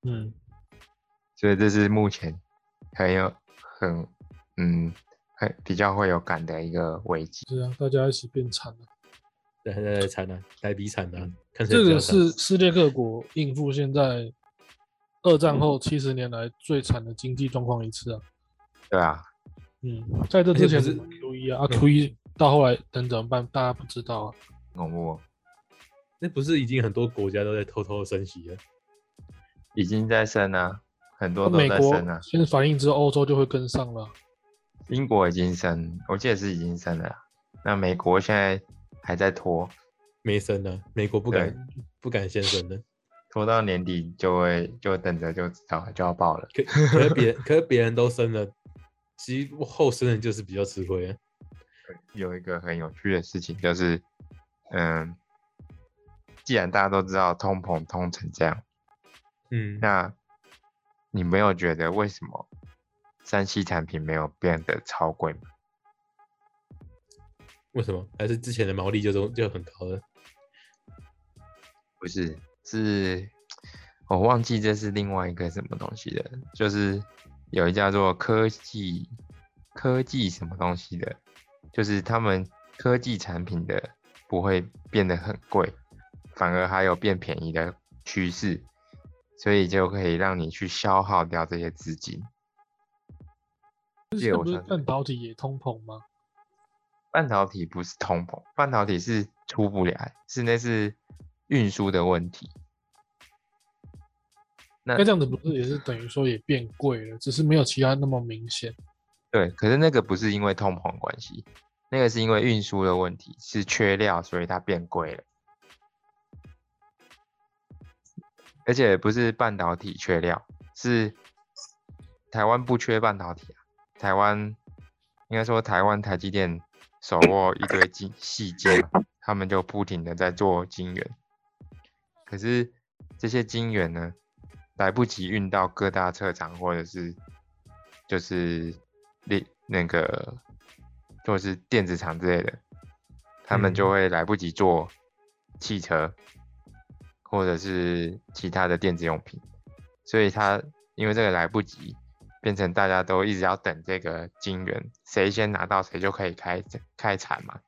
[SPEAKER 4] 嗯，
[SPEAKER 1] 所以这是目前很有很嗯很比较会有感的一个危机。
[SPEAKER 4] 是啊，大家一起变惨了。
[SPEAKER 2] 对，对对，惨啊，来比惨
[SPEAKER 1] 嗯
[SPEAKER 2] 啊，看谁
[SPEAKER 4] 这
[SPEAKER 2] 比较
[SPEAKER 4] 个
[SPEAKER 2] 惨
[SPEAKER 4] 是世界各国应付现在二战后七十年来最惨的经济状况一次啊。
[SPEAKER 1] 对啊，
[SPEAKER 4] 嗯，在这
[SPEAKER 2] 而且
[SPEAKER 4] 之
[SPEAKER 2] 不
[SPEAKER 4] 前
[SPEAKER 2] 是
[SPEAKER 4] Q 一啊啊
[SPEAKER 2] 嗯
[SPEAKER 4] ，Q 一到后来等怎么办？大家不知道啊。
[SPEAKER 1] 很恐怖哦，
[SPEAKER 2] 那不是已经很多国家都在偷偷升息了？
[SPEAKER 1] 已经在升啊，很多
[SPEAKER 4] 那
[SPEAKER 1] 都
[SPEAKER 4] 美
[SPEAKER 1] 在
[SPEAKER 4] 国
[SPEAKER 1] 升啊，
[SPEAKER 4] 先反应之后，欧洲就会跟上了。啊
[SPEAKER 1] 英国已经升，我记得是已经升了啊。那美国现在还在拖，
[SPEAKER 2] 没升呢，美国不敢不敢先升呢。
[SPEAKER 1] 拖到年底就会就等着就知道了就要爆了。
[SPEAKER 2] 可可是别 人可是别人都升了，其实后生的就是比较吃亏啊。
[SPEAKER 1] 有一个很有趣的事情就是，嗯，既然大家都知道通膨通成这样，
[SPEAKER 2] 嗯，
[SPEAKER 1] 那你没有觉得为什么三 C 产品没有变得超贵吗？
[SPEAKER 2] 为什么？还是之前的毛利就都就很高了？
[SPEAKER 1] 不是，是我忘记这是另外一个什么东西的，就是有一家做科技科技什么东西的，就是他们科技产品的不会变得很贵，反而还有变便宜的趋势，所以就可以让你去消耗掉这些资金。
[SPEAKER 4] 是
[SPEAKER 1] 借我
[SPEAKER 4] 不是
[SPEAKER 1] 上次
[SPEAKER 4] 半导体也通膨吗？
[SPEAKER 1] 半导体不是通膨，半导体是出不来，是那是运输的问题。那
[SPEAKER 4] 那这样子不是也是等于说也变贵了，只是没有其他那么明显。
[SPEAKER 1] 对，可是那个不是因为通膨的关系，那个是因为运输的问题，是缺料，所以它变贵了。而且不是半导体缺料，是台湾不缺半导体啊。台湾应该说台湾台积电手握一堆晶细晶嘛，他们就不停的在做晶圆。可是这些晶圆呢，来不及运到各大车厂或者是就是那那个就是电子厂之类的，他们就会来不及做汽车，或者是其他的电子用品，所以它因为这个来不及，变成大家都一直要等这个金元，谁先拿到谁就可以开开产嘛。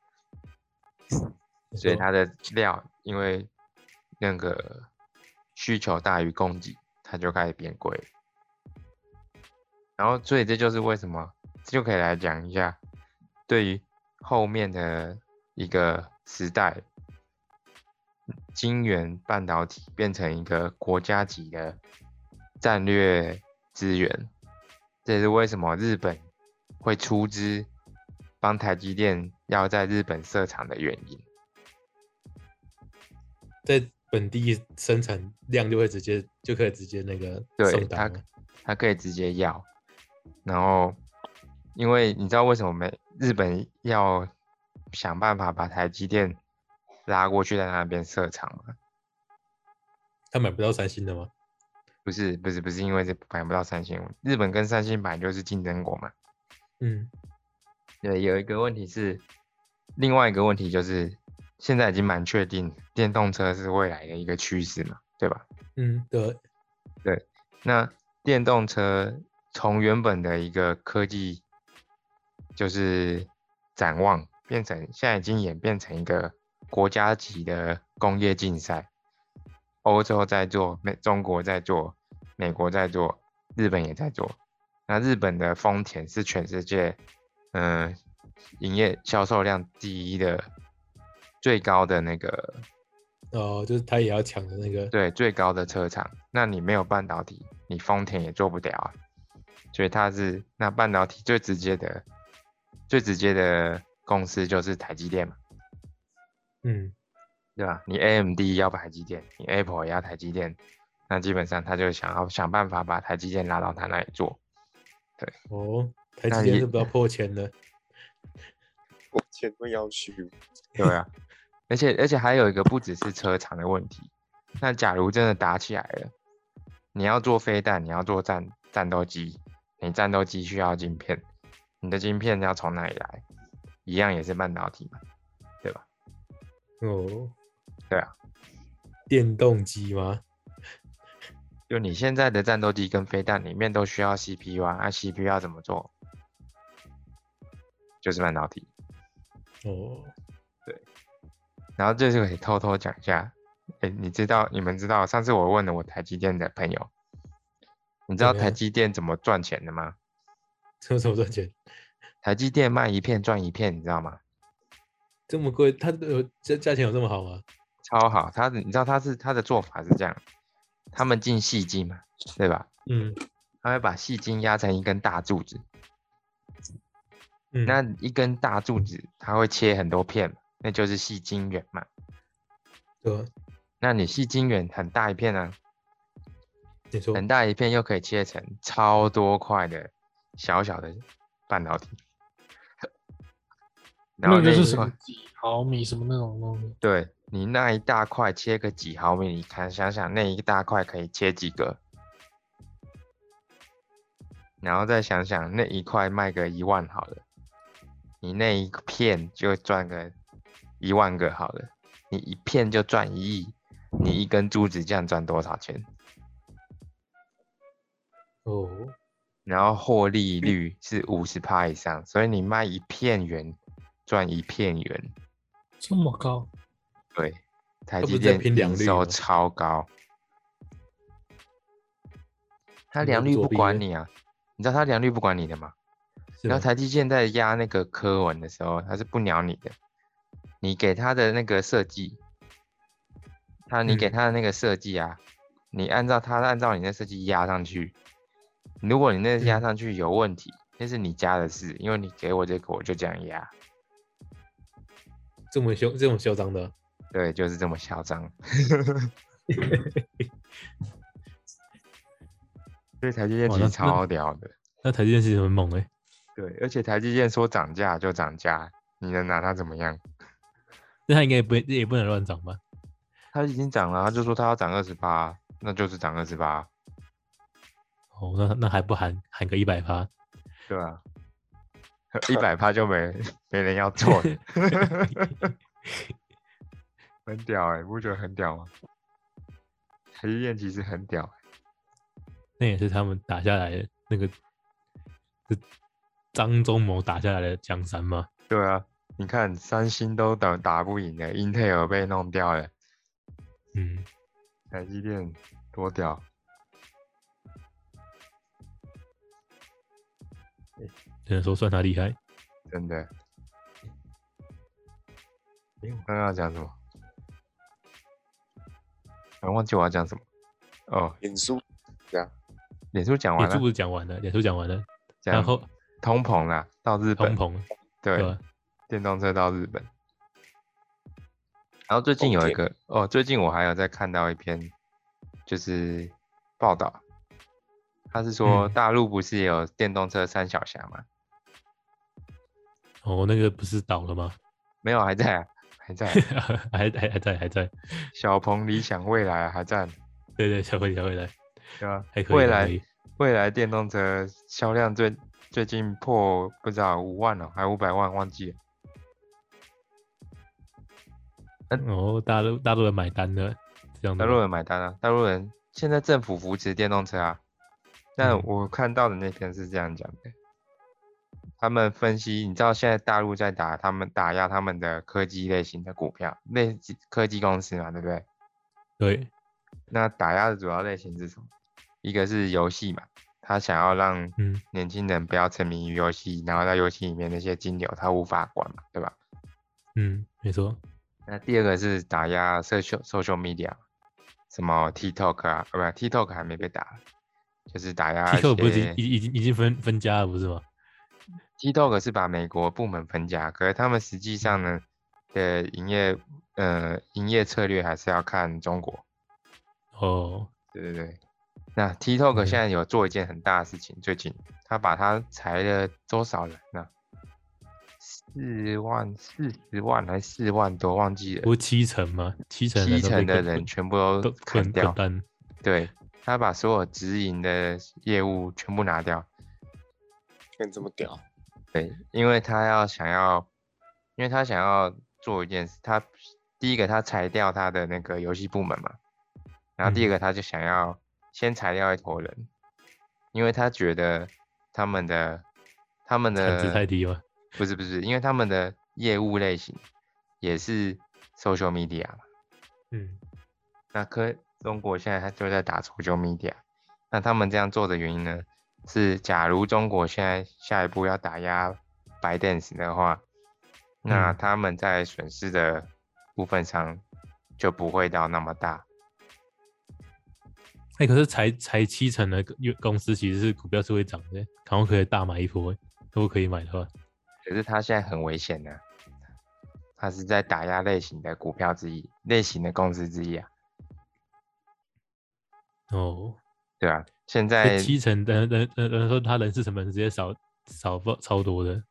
[SPEAKER 1] 所以它的料因为那个需求大于供给，它就开始变贵了。然后，所以这就是为什么，这就可以来讲一下，对于后面的一个时代，晶圆半导体变成一个国家级的战略资源。这也是为什么日本会出资帮台积电要在日本设厂的原因。
[SPEAKER 2] 在本地生产量就会直接就可以直接那个
[SPEAKER 1] 对
[SPEAKER 2] 送达
[SPEAKER 1] 它它可以直接要。然后，因为你知道为什么没日本要想办法把台积电拉过去在那边设厂吗？
[SPEAKER 2] 他买不到三星的吗？
[SPEAKER 1] 不是不是不是因为这买不到三星，日本跟三星本来就是竞争国嘛。
[SPEAKER 2] 嗯，
[SPEAKER 1] 对，有一个问题是，另外一个问题就是，现在已经蛮确定电动车是未来的一个趋势嘛，对吧？
[SPEAKER 2] 嗯，对，
[SPEAKER 1] 那电动车从原本的一个科技就是展望，变成现在已经演变成一个国家级的工业竞赛。欧洲在做，美中国在做，美国在做，日本也在做。那日本的丰田是全世界，嗯、营业销售量第一的，最高的那个
[SPEAKER 2] 哦，就是他也要抢的那个，
[SPEAKER 1] 对最高的车厂，那你没有半导体，你丰田也做不了啊。所以它是那半导体最直接的、最直接的公司就是台积电嘛，
[SPEAKER 2] 嗯，
[SPEAKER 1] 对吧？你 AMD 要台积电，你 Apple 也要台积电，那基本上他就想要想办法把台积电拉到他那里做。
[SPEAKER 2] 哦，台
[SPEAKER 1] 那
[SPEAKER 2] 积电
[SPEAKER 1] 也
[SPEAKER 2] 是不是要破千的？
[SPEAKER 3] 我天，会要去
[SPEAKER 1] 对啊，而且而且还有一个不只是车厂的问题，那假如真的打起来了，你要做飞弹，你要做战战斗机，你战斗机需要晶片，你的晶片要从哪里来？一样也是半导体嘛，对吧？
[SPEAKER 2] 哦，
[SPEAKER 1] 对啊，
[SPEAKER 2] 电动机吗？
[SPEAKER 1] 就你现在的战斗机跟飞弹里面都需要 CPU 啊，那、CPU 要怎么做？就是半导体。
[SPEAKER 2] 哦，
[SPEAKER 1] 然后这就可以偷偷讲一下，哎，你知道你们知道上次我问了我台积电的朋友，你知
[SPEAKER 2] 怎
[SPEAKER 1] 道
[SPEAKER 2] 么
[SPEAKER 1] 台
[SPEAKER 2] 样
[SPEAKER 1] 积电怎么赚钱的吗？
[SPEAKER 2] 这怎么赚钱？
[SPEAKER 1] 台积电卖一片赚一片，你知道吗？
[SPEAKER 2] 这么贵，它有价价钱有这么好吗？
[SPEAKER 1] 超好，他你知道他是他的做法是这样，他们进细晶嘛，对吧？
[SPEAKER 2] 嗯
[SPEAKER 1] 他会把细晶压成一根大柱子，
[SPEAKER 2] 嗯，
[SPEAKER 1] 那一根大柱子它会切很多片嘛，那就是细晶圆嘛。
[SPEAKER 2] 对啊吧？
[SPEAKER 1] 那你细晶圆很大一片啊，
[SPEAKER 2] 你说
[SPEAKER 1] 很大一片又可以切成超多块的小小的半导体，然后
[SPEAKER 4] 那个是
[SPEAKER 1] 一
[SPEAKER 4] 什
[SPEAKER 1] 块
[SPEAKER 4] 么几毫米什么那种东西，
[SPEAKER 1] 对你那一大块切个几毫米，你看想想那一大块可以切几个，然后再想想那一块卖个一万好了，你那一片就赚个一万个好了，你一片就赚一亿，你一根珠子这样赚多少钱？
[SPEAKER 2] 哦，
[SPEAKER 1] 然后获
[SPEAKER 2] 嗯
[SPEAKER 1] 利率是五十趴以上，所以你卖一片元赚一片元，
[SPEAKER 4] 这么高，
[SPEAKER 1] 对，台积
[SPEAKER 2] 它不是在
[SPEAKER 1] 电
[SPEAKER 2] 拼良
[SPEAKER 1] 营
[SPEAKER 2] 率
[SPEAKER 1] 收
[SPEAKER 2] 吗
[SPEAKER 1] 超高，它
[SPEAKER 2] 你
[SPEAKER 1] 良
[SPEAKER 2] 有
[SPEAKER 1] 率
[SPEAKER 2] 作
[SPEAKER 1] 不
[SPEAKER 2] 弊
[SPEAKER 1] 管
[SPEAKER 2] 耶
[SPEAKER 1] 你啊，你知道它良率不管你的吗？
[SPEAKER 2] 是
[SPEAKER 1] 然
[SPEAKER 2] 啊吗
[SPEAKER 1] 后？台积电在压那个柯文的时候，它是不鸟你的，你给他的那个设计，他你给
[SPEAKER 2] 嗯
[SPEAKER 1] 他的那个设计啊，你按照他按照你那设计压上去，如果你那压
[SPEAKER 2] 嗯
[SPEAKER 1] 上去有问题，那是你家的事，因为你给我这个我就这样压，
[SPEAKER 2] 这么嚣这么嚣张的，啊
[SPEAKER 1] 对，就是这么嚣张。 所以台积电
[SPEAKER 2] 哇
[SPEAKER 1] 其实
[SPEAKER 2] 那那
[SPEAKER 1] 超屌的，
[SPEAKER 2] 那台积电其实很猛哎、
[SPEAKER 1] 对，而且台积电说涨价就涨价，你能拿它怎么样？
[SPEAKER 2] 那它应该也不也不能乱涨吧？
[SPEAKER 1] 它已经涨了，它就说它要涨二十八，那就是涨二十八，
[SPEAKER 2] 哦，那那还不喊喊个一百趴？
[SPEAKER 1] 对啊 吧、 一百趴就没没人要做了。 很屌哎、欸，不觉得很屌吗？台积电其实很屌、欸，
[SPEAKER 2] 那也是他们打下来的那个，是张忠谋打下来的江山吗？
[SPEAKER 1] 对啊，你看三星都打打不赢哎、英特尔被弄掉哎、
[SPEAKER 2] 嗯，
[SPEAKER 1] 台积电多屌！
[SPEAKER 2] 只能说算他厉害。
[SPEAKER 1] 真的。诶、我刚刚要讲什么？我忘记我要讲什么。哦，
[SPEAKER 3] 脸书
[SPEAKER 1] 脸书讲完
[SPEAKER 2] 脸书
[SPEAKER 1] 了
[SPEAKER 2] 不，是讲完了，脸书讲完了，然
[SPEAKER 1] 讲
[SPEAKER 2] 后
[SPEAKER 1] 通膨啦，到日
[SPEAKER 2] 通
[SPEAKER 1] 本，
[SPEAKER 2] 膨对
[SPEAKER 1] 对
[SPEAKER 2] 吧，？
[SPEAKER 1] 电动车到日本。然后最近有一
[SPEAKER 3] 冬
[SPEAKER 1] 个哦，最近我还有在看到一篇，就是报道，他是说
[SPEAKER 2] 嗯
[SPEAKER 1] 大陆不是也有电动车三小侠吗？
[SPEAKER 2] 哦，那个不是倒了吗？
[SPEAKER 1] 没有，还在、啊，还在啊、
[SPEAKER 2] 还还还在还在，
[SPEAKER 1] 小鹏理想未来啊还在呢，
[SPEAKER 2] 对对，小回小回来，
[SPEAKER 1] 对吧？
[SPEAKER 2] 还可以，
[SPEAKER 1] 未
[SPEAKER 2] 还
[SPEAKER 1] 来
[SPEAKER 2] 可以
[SPEAKER 1] 未来电动车销量最最近破不知道五万了、还五百万，忘记了。
[SPEAKER 2] 哦，大陆大陆人买单了，这样
[SPEAKER 1] 大
[SPEAKER 2] 的
[SPEAKER 1] 陆
[SPEAKER 2] 吗
[SPEAKER 1] 人买单啊，大陆人现在政府扶持电动车啊。但
[SPEAKER 2] 嗯
[SPEAKER 1] 我看到的那篇是这样讲的，他们分析，你知道现在大陆在打他们打压他们的科技类型的股票，类似科技公司嘛，对不对？
[SPEAKER 2] 对，
[SPEAKER 1] 那打压的主要类型是什么？一个是游戏嘛，他想要让
[SPEAKER 2] 嗯
[SPEAKER 1] 年轻人不要沉迷于游戏，然后在游戏里面那些金流他无法管嘛，对吧？
[SPEAKER 2] 嗯，没错，
[SPEAKER 1] 那第二个是打压 social social media，什么 TikTok 啊，呃不，TikTok 还没被打，就是打压
[SPEAKER 2] T
[SPEAKER 1] 一
[SPEAKER 2] Q 不是
[SPEAKER 1] 些
[SPEAKER 2] 已已已经已经分分家了不是吗？
[SPEAKER 1] TikTok 是把美国部门分家，可是他们实际上呢的营业呃营业策略还是要看中国。
[SPEAKER 2] 哦，
[SPEAKER 1] 对对对，那 TikTok
[SPEAKER 2] 嗯
[SPEAKER 1] 现在有做一件很大的事情，最近他把他裁了多少人呢、四万四十万还是四万多，忘记了
[SPEAKER 2] 不。是七成吗？七成
[SPEAKER 1] 七
[SPEAKER 2] 都被
[SPEAKER 1] 成的
[SPEAKER 2] 滚
[SPEAKER 1] 人
[SPEAKER 2] 滚
[SPEAKER 1] 全部都
[SPEAKER 2] 都
[SPEAKER 1] 砍
[SPEAKER 2] 滚
[SPEAKER 1] 掉
[SPEAKER 2] 滚蛋，
[SPEAKER 1] 对他把所有直营的业务全部拿掉，
[SPEAKER 3] 看这么屌，
[SPEAKER 1] 对，因为他要想要，因为他想要做一件事，他第一个他裁掉他的那个游戏部门嘛，然后第二
[SPEAKER 2] 嗯
[SPEAKER 1] 个他就想要先裁掉一坨人，因为他觉得他们的他们
[SPEAKER 2] 产值太
[SPEAKER 1] 的
[SPEAKER 2] 低吗？
[SPEAKER 1] 不是不是，因为他们的业务类型也是 social media 嘛，
[SPEAKER 2] 嗯，
[SPEAKER 1] 那科中国现在它就在打 social media，那他们这样做的原因呢，是假如中国现在下一步要打压 ByteDance 的话，那
[SPEAKER 2] 嗯
[SPEAKER 1] 他们在损失的部分上就不会到那么大。
[SPEAKER 2] 哎、可是才才七成的公公司其实是股票是会涨的，然后可以大买一波，如果可以买的话，
[SPEAKER 1] 可是它现在很危险呢、它是在打压类型的股票之一，类型的公司之一啊，
[SPEAKER 2] 哦，
[SPEAKER 1] 对啊，现
[SPEAKER 2] 所以
[SPEAKER 1] 在
[SPEAKER 2] 七成等等等等说他人事成本直接少少不超多的，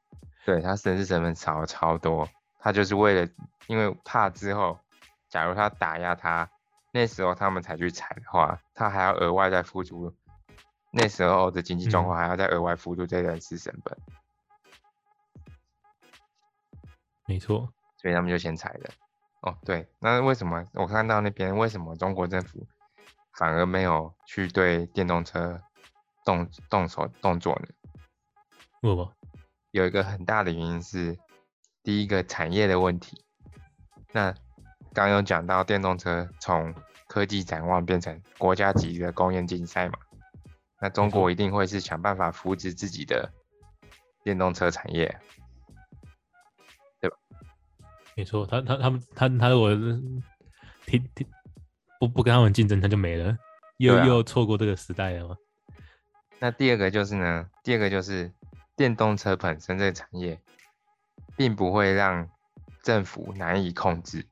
[SPEAKER 1] 对他神是成本少了超多，他就是为了因为怕之后，假如他打压他，那时候他们才去踩的话，他还要额外再付出，那时候的经济状
[SPEAKER 2] 嗯
[SPEAKER 1] 况还要再额外付出这人事成本，
[SPEAKER 2] 没错，
[SPEAKER 1] 所以他们就先踩了。哦，对，那为什么我看到那边为什么中国政府反而没有去对电动车动动手动作呢？
[SPEAKER 2] 为什么？
[SPEAKER 1] 有一个很大的原因是，第一个产业的问题。那刚刚有讲到电动车从科技展望变成国家级的供应竞赛嘛，那中国一定会是想办法扶植自己的电动车产业。
[SPEAKER 2] 没错，他他他们他他如果停停不不跟他们竞争，他就没了，又、
[SPEAKER 1] 对啊
[SPEAKER 2] 又错过这个时代了嘛。
[SPEAKER 1] 那第二个就是呢，第二个就是电动车本身这个产业，并不会让政府难以控制，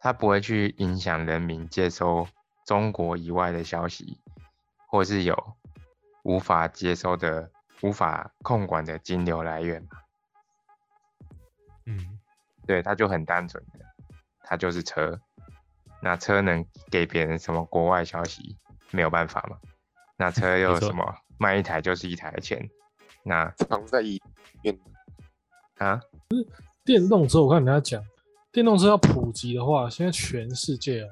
[SPEAKER 1] 它不会去影响人民接收中国以外的消息，或是有无法接收的、无法控管的金流来源嘛。
[SPEAKER 2] 嗯，
[SPEAKER 1] 对，它就很单纯的，它就是车。那车能给别人什么国外消息？没有办法嘛。那 车又有
[SPEAKER 2] 错
[SPEAKER 1] 什么卖一台就是一台的钱？那
[SPEAKER 3] 藏在一面
[SPEAKER 1] 啊，
[SPEAKER 4] 电动车我看人家讲，电动车要普及的话，现在全世界啊，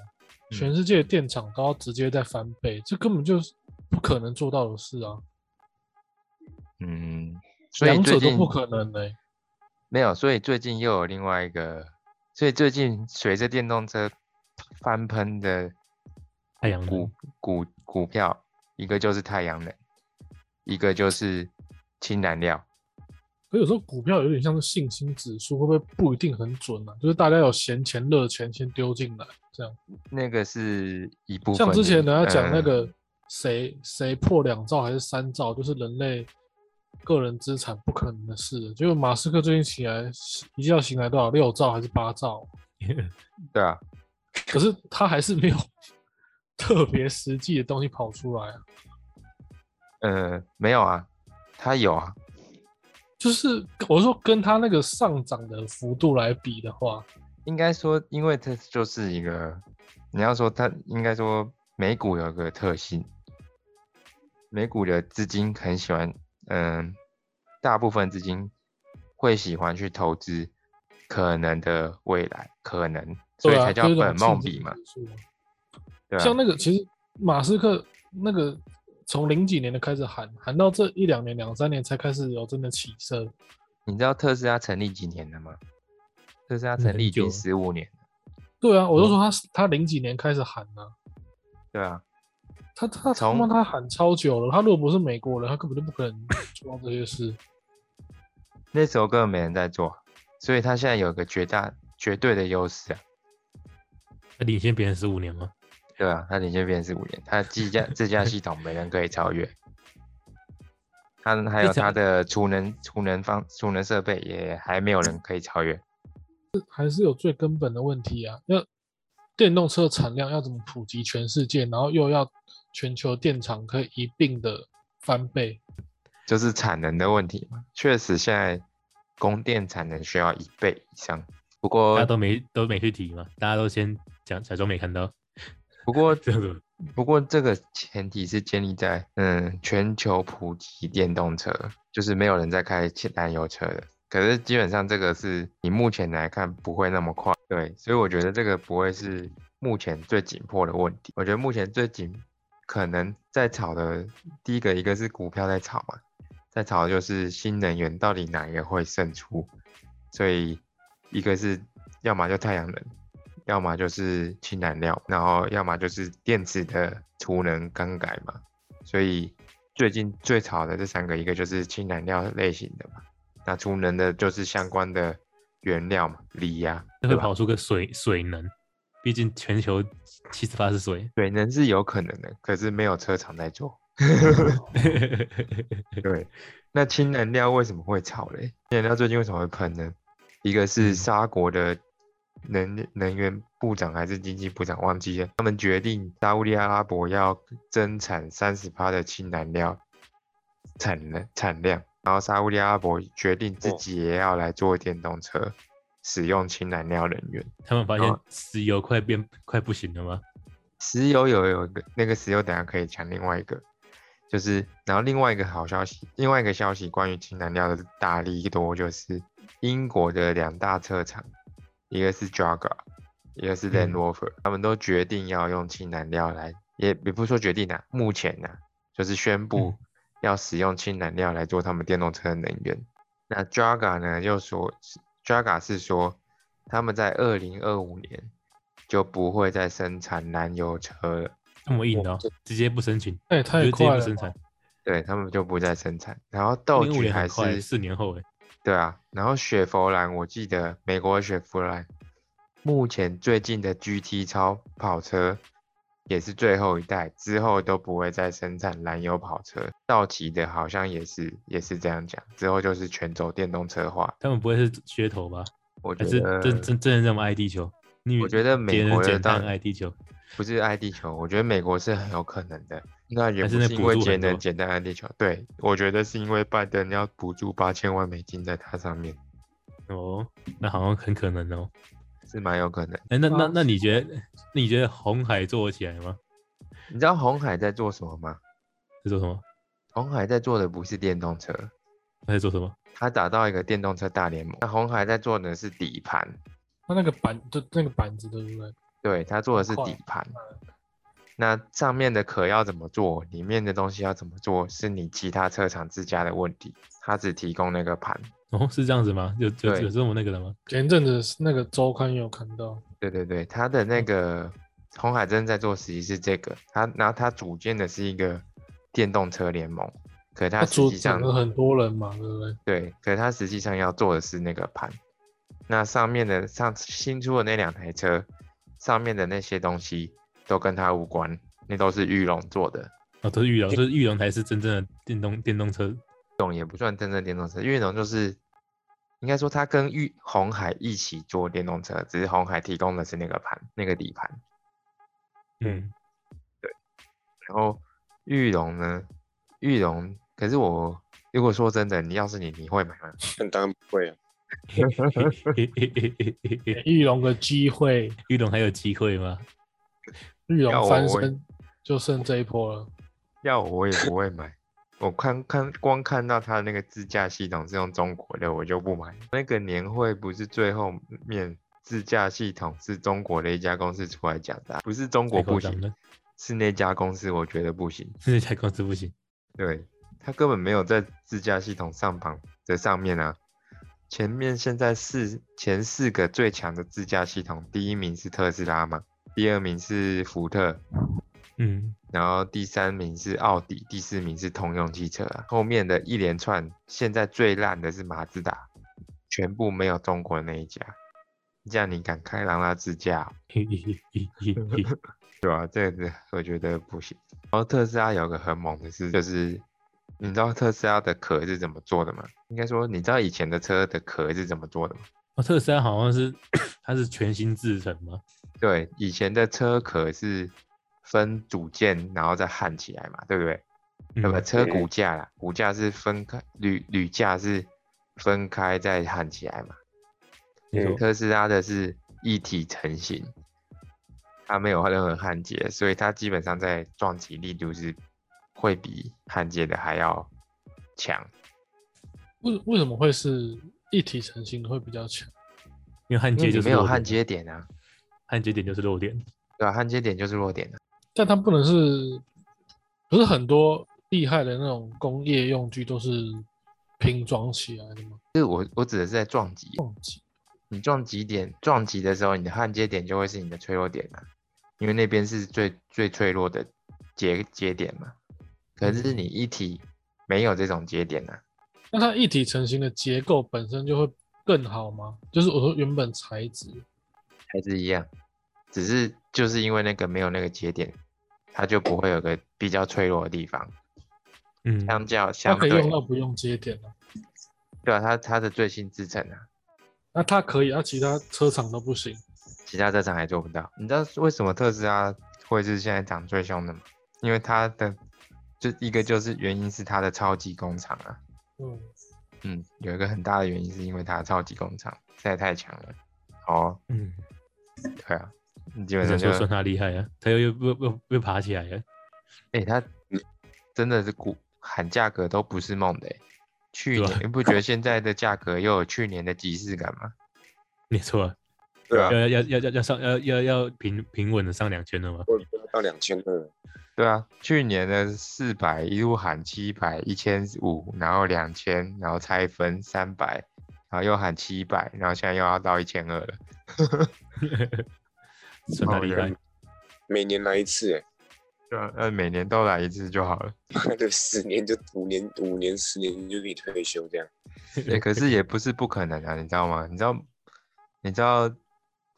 [SPEAKER 1] 嗯
[SPEAKER 4] 全世界的电厂都要直接在翻倍，这根本就是不可能做到的事啊，
[SPEAKER 1] 嗯，所以
[SPEAKER 4] 两
[SPEAKER 1] 最
[SPEAKER 4] 者都
[SPEAKER 1] 近
[SPEAKER 4] 不可能欸嘞、
[SPEAKER 1] 没有，所以最近又有另外一个，所以最近随着电动车翻喷的
[SPEAKER 2] 太阳能
[SPEAKER 1] 股股股票，一个就是太阳能，一个就是氢燃料。
[SPEAKER 4] 可有时候股票有点像是信心指数，会不会不一定很准啊？就是大家有闲钱、热钱先丢进来，这样。
[SPEAKER 1] 那个是一部分
[SPEAKER 4] 像
[SPEAKER 1] 的，
[SPEAKER 4] 之前人家讲那
[SPEAKER 1] 呃
[SPEAKER 4] 个谁谁破两兆还是三兆，就是人类个人资产不可能的事了。结果马斯克最近起来一觉醒来多少六兆还是八兆？
[SPEAKER 1] 对啊，
[SPEAKER 4] 可是他还是没有 特别实际的东西跑出来、啊，
[SPEAKER 1] 呃，没有啊，它有啊，
[SPEAKER 4] 就是我说跟他那个上涨的幅度来比的话，
[SPEAKER 1] 应该说，因为它就是一个，你要说它应该说美股有个特性，美股的资金很喜欢，嗯，大部分资金会喜欢去投资可能的未来，可能，所以
[SPEAKER 4] 对啊
[SPEAKER 1] 才叫
[SPEAKER 4] 就是这种
[SPEAKER 1] 本梦
[SPEAKER 4] 信
[SPEAKER 1] 比
[SPEAKER 4] 心
[SPEAKER 1] 嘛，
[SPEAKER 4] 指数啊
[SPEAKER 1] 对吧、
[SPEAKER 4] 像那个，其实马斯克那个从零几年的开始喊，喊到这一两年、两三年才开始有真的起色。
[SPEAKER 1] 你知道特斯拉成立几年了吗？特斯拉
[SPEAKER 2] 嗯
[SPEAKER 1] 成
[SPEAKER 2] 很
[SPEAKER 1] 立已
[SPEAKER 2] 久
[SPEAKER 1] 经
[SPEAKER 2] 了
[SPEAKER 1] 十五年了，
[SPEAKER 4] 对啊，我就说他、
[SPEAKER 1] 嗯
[SPEAKER 4] 他零几年开始喊呢、
[SPEAKER 1] 对啊，
[SPEAKER 4] 他他他
[SPEAKER 1] 从
[SPEAKER 4] 妈他喊超久了。他如果不是美国人，他根本就不可能做到这些事。
[SPEAKER 1] 那时候根本没人在做，所以它现在有个绝大绝对的优势啊。
[SPEAKER 2] 他 领先别人十五年吗？
[SPEAKER 1] 对啊，他领先别人是五年，他自家自家系统没人可以超越。他还
[SPEAKER 2] 你
[SPEAKER 1] 有他
[SPEAKER 2] 讲
[SPEAKER 1] 的储能储能方储能设备也还没有人可以超越。
[SPEAKER 4] 还是有最根本的问题啊，要电动车产量要怎么普及全世界，然后又要全球电厂可以一并的翻倍。
[SPEAKER 1] 就是产能的问题嘛，确实现在供电产能需要一倍以上。不
[SPEAKER 2] 大家
[SPEAKER 1] 过
[SPEAKER 2] 都没都没去提嘛，大家都先讲假装没看到，
[SPEAKER 1] 不过
[SPEAKER 2] 这样子
[SPEAKER 1] 不过这个前提是建立在嗯全球普及电动车，就是没有人在开汽燃油车的。可是基本上这个是你目前来看不会那么快，对，所以我觉得这个不会是目前最紧迫的问题。我觉得目前最紧可能在炒的第一个一个是股票在炒嘛，在炒的就是新能源到底哪一个会胜出，所以一个是要么就太阳能，要么就是氢燃料，然后要么就是电池的储能更改嘛。所以最近最炒的这三个，一个就是氢燃料类型的嘛，那储能的就是相关的原料嘛，锂呀、
[SPEAKER 2] 会跑出个水水能，毕竟全球七十八是水，
[SPEAKER 1] 水能是有可能的，可是没有车厂在做。对，那氢能量为什么会炒嘞？氢能量最近为什么会喷呢？一个是沙国的能能源部长还是经济部长忘记了，他们决定沙烏地阿拉伯要增产三十趴的氢燃料产能产量，然后沙烏地阿拉伯决定自
[SPEAKER 3] 哦
[SPEAKER 1] 己也要来做电动车，使用氢燃料能源。
[SPEAKER 2] 他们发
[SPEAKER 1] 然
[SPEAKER 2] 现
[SPEAKER 1] 后
[SPEAKER 2] 石油快变快不行了吗？
[SPEAKER 1] 石油有有一个那个石油，等下可以讲另外一个，就是然后另外一个好消息，另外一个消息关于氢燃料的大力多，就是英国的两大车厂，一个是 Jaguar，一个是
[SPEAKER 2] 嗯
[SPEAKER 1] Land Rover，、他们都决定要用氢燃料来，也也不是说决定啊，目前呢、啊、就是宣布要使用氢燃料来做他们电动车的能源。那 Jaguar 呢，又说 Jaguar 是说他们在二零二五年就不会再生产燃油车了，
[SPEAKER 2] 这么硬哦，直接不申请，
[SPEAKER 4] 那也
[SPEAKER 2] 就
[SPEAKER 4] 太
[SPEAKER 2] 直接
[SPEAKER 4] 快
[SPEAKER 2] 不
[SPEAKER 4] 了
[SPEAKER 2] 生
[SPEAKER 4] 吧，
[SPEAKER 2] 产，
[SPEAKER 1] 对他们就不再生产。然后
[SPEAKER 2] 二
[SPEAKER 1] 豆
[SPEAKER 2] 零五
[SPEAKER 1] 菊
[SPEAKER 2] 年很
[SPEAKER 1] 还
[SPEAKER 2] 快，
[SPEAKER 1] 是
[SPEAKER 2] 四年后哎，
[SPEAKER 1] 对啊，然后雪佛兰，我记得美国的雪佛兰，目前最近的 GT 超跑车也是最后一代，之后都不会再生产燃油跑车。道奇的好像也是也是这样讲，之后就是全走电动车化。
[SPEAKER 2] 他们不会是噱头吧？
[SPEAKER 1] 我觉
[SPEAKER 2] 还是
[SPEAKER 1] 得
[SPEAKER 2] 真真真的这么爱地球？你以为
[SPEAKER 1] 我觉得美
[SPEAKER 2] 别人
[SPEAKER 1] 国的
[SPEAKER 2] 简
[SPEAKER 1] 当
[SPEAKER 2] 单爱地球，
[SPEAKER 1] 不是爱地球，我觉得美国是很有可能的。那也
[SPEAKER 2] 还是
[SPEAKER 1] 不
[SPEAKER 2] 那
[SPEAKER 1] 是因
[SPEAKER 2] 补
[SPEAKER 1] 为
[SPEAKER 2] 助
[SPEAKER 1] 节
[SPEAKER 2] 很
[SPEAKER 1] 能
[SPEAKER 2] 多
[SPEAKER 1] 简单爱地球，对我觉得是因为拜登要补助八千万美金在它上面，
[SPEAKER 2] 哦，那好像很可能哦。
[SPEAKER 1] 是蛮有可能。
[SPEAKER 2] 哎、那那
[SPEAKER 4] 啊
[SPEAKER 2] 那你觉得那你觉得红海做得起来吗？
[SPEAKER 1] 你知道红海在做什么吗？
[SPEAKER 2] 在做什么？
[SPEAKER 1] 红海在做的不是电动车，
[SPEAKER 2] 他在做什么？
[SPEAKER 1] 他打造一个电动车大联盟。那红海在做的是底盘，
[SPEAKER 4] 它那个板就那个板子对不对？
[SPEAKER 1] 对，它做的是底盘。那上面的壳要怎么做，里面的东西要怎么做，是你其他车厂自家的问题，它只提供那个盘。
[SPEAKER 2] 哦，是这样子吗？有有
[SPEAKER 1] 对
[SPEAKER 2] 有这么那个的吗？
[SPEAKER 4] 前阵子是那个周刊也有看到，
[SPEAKER 1] 对对对，它的
[SPEAKER 4] 嗯
[SPEAKER 1] 那个红海正在做实际是这个，它然后它组建的是一个电动车联盟，可它
[SPEAKER 4] 它
[SPEAKER 1] 实
[SPEAKER 4] 组
[SPEAKER 1] 际
[SPEAKER 4] 成
[SPEAKER 1] 上
[SPEAKER 4] 了很多人嘛，对不对？
[SPEAKER 1] 对，可是它实际上要做的是那个盘。那上面的上新出的那两台车，上面的那些东西都跟它无关，那都是玉龙做的，
[SPEAKER 2] 哦，都是玉龙，就是玉龙才是真正的电动电动车。
[SPEAKER 1] 龙也不算真正电动车，玉龙就是应该说它跟玉红海一起做电动车，只是红海提供的是那个盘，那个底盘。
[SPEAKER 2] 嗯，
[SPEAKER 1] 然后玉龙呢，玉龙，可是我如果说真的，你要是你，你会买吗？
[SPEAKER 3] 但当然不会啊。
[SPEAKER 1] 嗯
[SPEAKER 4] 玉龙的机会，
[SPEAKER 2] 玉龙还有机会吗？
[SPEAKER 4] 玉
[SPEAKER 1] 要
[SPEAKER 4] 龙
[SPEAKER 1] 我
[SPEAKER 4] 翻
[SPEAKER 1] 我
[SPEAKER 4] 身就剩这一波了。
[SPEAKER 1] 要我我也不会买。我看看光看到它的那个自驾系统是用中国的，我就不买。那个年会不是最后面自驾系统是中国的一家公司出来讲的啊、不是中国
[SPEAKER 2] 太夸
[SPEAKER 1] 不
[SPEAKER 2] 张
[SPEAKER 1] 行
[SPEAKER 2] 了，
[SPEAKER 1] 是那家公司我觉得不行。
[SPEAKER 2] 这家公司不行。
[SPEAKER 1] 对，它根本没有在自驾系统上榜的上面啊。前面现在四前四个最强的自驾系统，第一名是特斯拉嘛，第二名是福特，
[SPEAKER 2] 嗯，
[SPEAKER 1] 然后第三名是奥迪，第四名是通用汽车啊。后面的一连串，现在最烂的是马自达，全部没有中国那一家。这样你敢开让它自驾哦、 对啊，这个我觉得不行。然后特斯拉有个很猛的事，就是你知道特斯拉的壳是怎么做的吗？应该说你知道以前的车的壳是怎么做的吗？
[SPEAKER 2] 哦，特斯拉好像是 它是全新制成吗？
[SPEAKER 1] 对，以前的车壳是分组件，然后再焊起来嘛，对不对？
[SPEAKER 2] 嗯
[SPEAKER 1] 那么车骨架啦，骨架是分开，铝铝架是分开再焊起来嘛。
[SPEAKER 2] 没错，
[SPEAKER 1] 特斯拉的是一体成型，它没有任何焊接，所以它基本上在撞击力度是会比焊接的还要强。
[SPEAKER 4] 为为什么会是一体成型的会比较强？
[SPEAKER 2] 因为焊
[SPEAKER 1] 因
[SPEAKER 2] 接
[SPEAKER 1] 为你
[SPEAKER 2] 就是
[SPEAKER 1] 没有
[SPEAKER 2] 弱点
[SPEAKER 1] 焊
[SPEAKER 2] 啊
[SPEAKER 1] 接，点啊，
[SPEAKER 2] 焊接点就是弱点。
[SPEAKER 1] 对吧、焊接点就是弱点啊。
[SPEAKER 4] 但它不能是，不是很多厉害的那种工业用具都是拼装起来的吗？
[SPEAKER 1] 就是我我指的是在撞击，
[SPEAKER 4] 撞击
[SPEAKER 1] 你撞击点撞击的时候，你的焊接点就会是你的脆弱点啊，因为那边是最最脆弱的节节点嘛。可
[SPEAKER 2] 嗯
[SPEAKER 1] 是你一体没有这种节点啊，
[SPEAKER 4] 那它一体成型的结构本身就会更好吗？就是我说原本材质，
[SPEAKER 1] 还是一样，只是就是因为那个没有那个节点，它就不会有个比较脆弱的地方。
[SPEAKER 2] 嗯，
[SPEAKER 1] 相较
[SPEAKER 4] 它
[SPEAKER 1] 相
[SPEAKER 4] 可以
[SPEAKER 1] 对，
[SPEAKER 4] 用到不用接点啊。
[SPEAKER 1] 对啊，它它的最新制程啊，
[SPEAKER 4] 那它可以，那其他车厂都不行。
[SPEAKER 1] 其他车厂还做不到。你知道为什么特斯拉会是现在涨最凶的吗？因为它的就一个就是原因是它的超级工厂啊，
[SPEAKER 4] 嗯，
[SPEAKER 1] 嗯，有一个很大的原因是因为它的超级工厂实在太强了。哦，
[SPEAKER 2] 嗯，
[SPEAKER 1] 对啊，你基
[SPEAKER 2] 不
[SPEAKER 1] 本上
[SPEAKER 2] 想
[SPEAKER 1] 就
[SPEAKER 2] 说算他厉害啊，他又又又又又爬起来了。
[SPEAKER 1] 哎、欸，它真的是股喊价格都不是梦的欸、去
[SPEAKER 2] 对啊
[SPEAKER 1] 年你不觉得现在的价格又有去年的即视感吗？
[SPEAKER 2] 没错啊，
[SPEAKER 3] 对啊
[SPEAKER 2] 要，要要要要上要要要平平稳的上两圈了嘛。
[SPEAKER 3] 我到两千二，
[SPEAKER 1] 对啊，去年的四百一路喊七百、一千五，然后两千，然后拆分三百，然后又喊七百，然后现在又要到一千二了。
[SPEAKER 2] 算他
[SPEAKER 1] 哦
[SPEAKER 2] 厉
[SPEAKER 1] 原来
[SPEAKER 2] 害，
[SPEAKER 3] 每年来一次、欸，
[SPEAKER 1] 对啊，呃，每年都来一次就好了。
[SPEAKER 3] 哎，对，十年就五年，五年十年就可以退休这样。
[SPEAKER 1] 欸，可是也不是不可能啊，你知道吗？你知道，你知道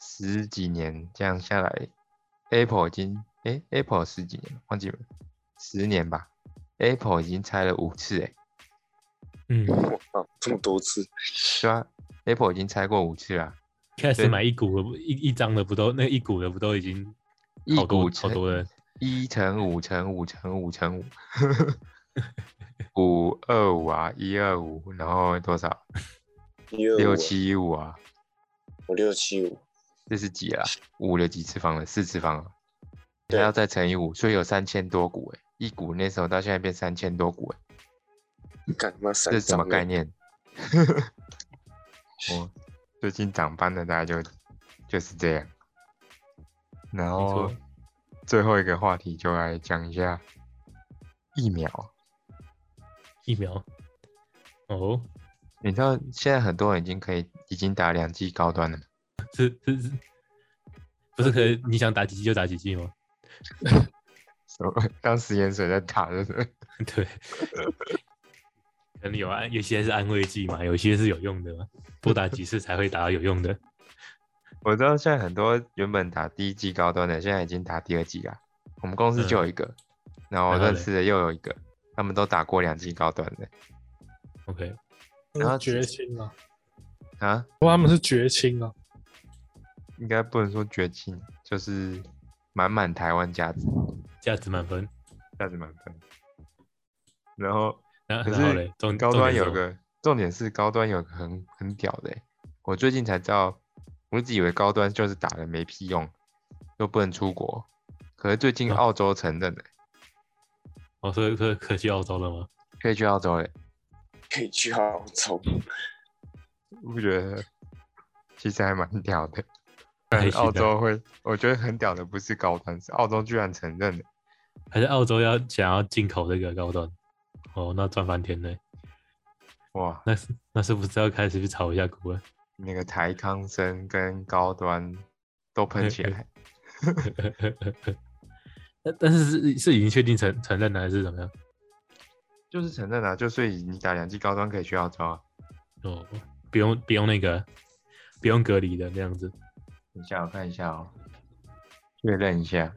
[SPEAKER 1] 十几年这样下来，Apple 已经诶 a p p l e 十几年忘记了，十年吧，Apple 已经拆了五次诶、
[SPEAKER 2] 嗯，
[SPEAKER 3] 我靠，啊这么多次，
[SPEAKER 1] 对啊，Apple 已经拆过五次了，
[SPEAKER 2] 开始
[SPEAKER 1] 对
[SPEAKER 2] 买一股的不一一张的不都那一股的不都已经
[SPEAKER 1] 一
[SPEAKER 2] 好多
[SPEAKER 1] 股
[SPEAKER 2] 好多了，
[SPEAKER 1] 一乘五乘五乘五乘五，五二五啊，一二五，然后多少？
[SPEAKER 3] 一二
[SPEAKER 1] 六
[SPEAKER 3] 五，
[SPEAKER 1] 七五啊，
[SPEAKER 3] 我六七五，
[SPEAKER 1] 这是几啊？五的几次方了？四次方了，还
[SPEAKER 3] 对
[SPEAKER 1] 要再乘以五，所以有三千多股哎、一股那时候到现在变三千多股哎、
[SPEAKER 3] 干他妈
[SPEAKER 1] 这
[SPEAKER 3] 三
[SPEAKER 1] 是什么
[SPEAKER 3] 张欸
[SPEAKER 1] 概？念？我最近涨翻的大概就就是这样。然后
[SPEAKER 2] 错
[SPEAKER 1] 最后一个话题就来讲一下疫苗。
[SPEAKER 2] 疫苗。哦，
[SPEAKER 1] 你知道现在很多人已经可以已经打两剂高端了吗？
[SPEAKER 2] 是是是，不是可以你想打几剂就打几剂吗？
[SPEAKER 1] 什么 当食盐水在打，就是
[SPEAKER 2] 对，可能有安，有些是安慰剂嘛，有些是有用的嘛，多打几次才会打到有用的。
[SPEAKER 1] 我知道现在很多原本打第一季高端的，现在已经打第二季啦。我们公司就有一个，然后我
[SPEAKER 2] 嗯然后
[SPEAKER 1] 认
[SPEAKER 2] 嘞
[SPEAKER 1] 识的又有一个，他们都打过两季高端的
[SPEAKER 2] OK，
[SPEAKER 1] 然后
[SPEAKER 4] 绝亲啊，
[SPEAKER 1] 啊，
[SPEAKER 4] 不过他们是绝亲啊，
[SPEAKER 1] 应该不能说绝情，就是满满台湾价值，
[SPEAKER 2] 价值满分。
[SPEAKER 1] 价值满分。然后
[SPEAKER 2] 然
[SPEAKER 1] 可
[SPEAKER 2] 然后
[SPEAKER 1] 是
[SPEAKER 2] 嘞，重
[SPEAKER 1] 高
[SPEAKER 2] 重
[SPEAKER 1] 端
[SPEAKER 2] 点是
[SPEAKER 1] 有
[SPEAKER 2] 什么
[SPEAKER 1] 个重点是高端有个很很屌的欸、我最近才知道，我一直以为高端就是打了没屁用，又不能出国，可是最近
[SPEAKER 2] 啊
[SPEAKER 1] 澳洲承认了欸、
[SPEAKER 2] 哦，所以所以可惜澳洲了吗？
[SPEAKER 1] 可以去澳洲嘞、欸
[SPEAKER 3] 可以去澳 洲，
[SPEAKER 1] 我觉得其实还蛮屌的。
[SPEAKER 2] 还行啊
[SPEAKER 1] 澳洲会，我觉得很屌的不是高端，是澳洲居然承认了。
[SPEAKER 2] 还是澳洲要想要进口这个高端？哦，那赚翻天嘞！
[SPEAKER 1] 哇，
[SPEAKER 2] 那是那是不是要开始去炒一下股了？
[SPEAKER 1] 那个台康生跟高端都喷起
[SPEAKER 2] 哎
[SPEAKER 1] 来，
[SPEAKER 2] 但但是是是已经确定承承认了还是怎么样？
[SPEAKER 1] 就是承认了、啊就所以你打两剂高端可以去澳洲啊。
[SPEAKER 2] 哦，不用不用那个，不用隔离的那样子。
[SPEAKER 1] 等一下我看一下哦，确认一下。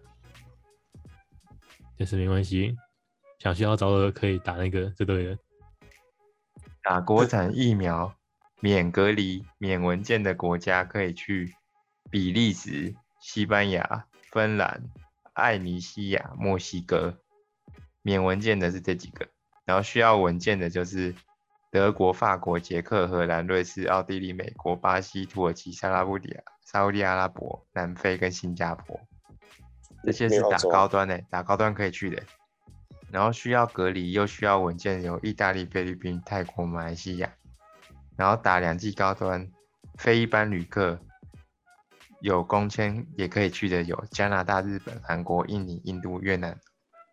[SPEAKER 2] 但是没关系，想去澳洲的可以打那个就对了。
[SPEAKER 1] 打国产疫苗免隔离、免文件的国家可以去比利时、西班牙、芬兰、爱尼西亚、墨西哥。免文件的是这几个，然后需要文件的就是德国、法国、捷克、荷兰、瑞士、奥地利、美国、巴西、土耳其、沙拉布里亚、沙烏地阿拉伯、南非跟新加坡。这些
[SPEAKER 3] 没
[SPEAKER 1] 是
[SPEAKER 3] 有
[SPEAKER 1] 打
[SPEAKER 3] 澳洲啊
[SPEAKER 1] 高端的、打高端可以去的、然后需要隔离又需要文件有意大利、菲律宾、泰国、马来西亚，然后打两剂高端，非一般旅客有工签也可以去的有加拿大、日本、韩国、印尼、印度、越南、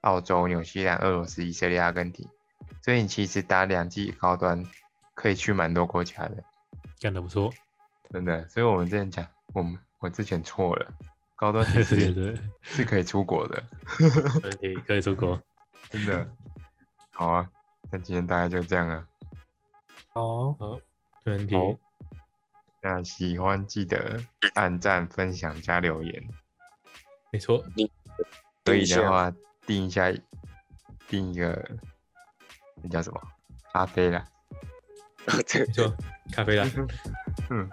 [SPEAKER 1] 澳洲、纽西兰、俄罗斯、以色列、阿根廷，所以你其实打两剂高端可以去蛮多国家的，
[SPEAKER 2] 干得不错，
[SPEAKER 1] 真的。所以我们之前讲，我们我之前错了，高端其
[SPEAKER 2] 对对
[SPEAKER 1] 实
[SPEAKER 2] 对，
[SPEAKER 1] 是可以出国的。
[SPEAKER 2] 可以可以出国。
[SPEAKER 1] 真的。好啊，那今天大概就这样了。
[SPEAKER 4] 哦，
[SPEAKER 2] 没问题，
[SPEAKER 1] 好那喜欢记得按赞、分享加留言，
[SPEAKER 2] 没错，
[SPEAKER 1] 可以
[SPEAKER 3] 定一下
[SPEAKER 1] 的话定一下，定一个那叫什么咖啡啦。
[SPEAKER 3] 对
[SPEAKER 2] 没，错，咖啡啦，
[SPEAKER 1] 嗯，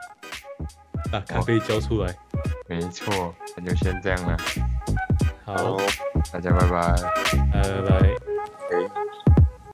[SPEAKER 2] 把咖啡交出来。
[SPEAKER 1] 没错，那就先这样了，
[SPEAKER 2] 好
[SPEAKER 3] 好，，
[SPEAKER 1] 大家拜拜。
[SPEAKER 2] 拜拜。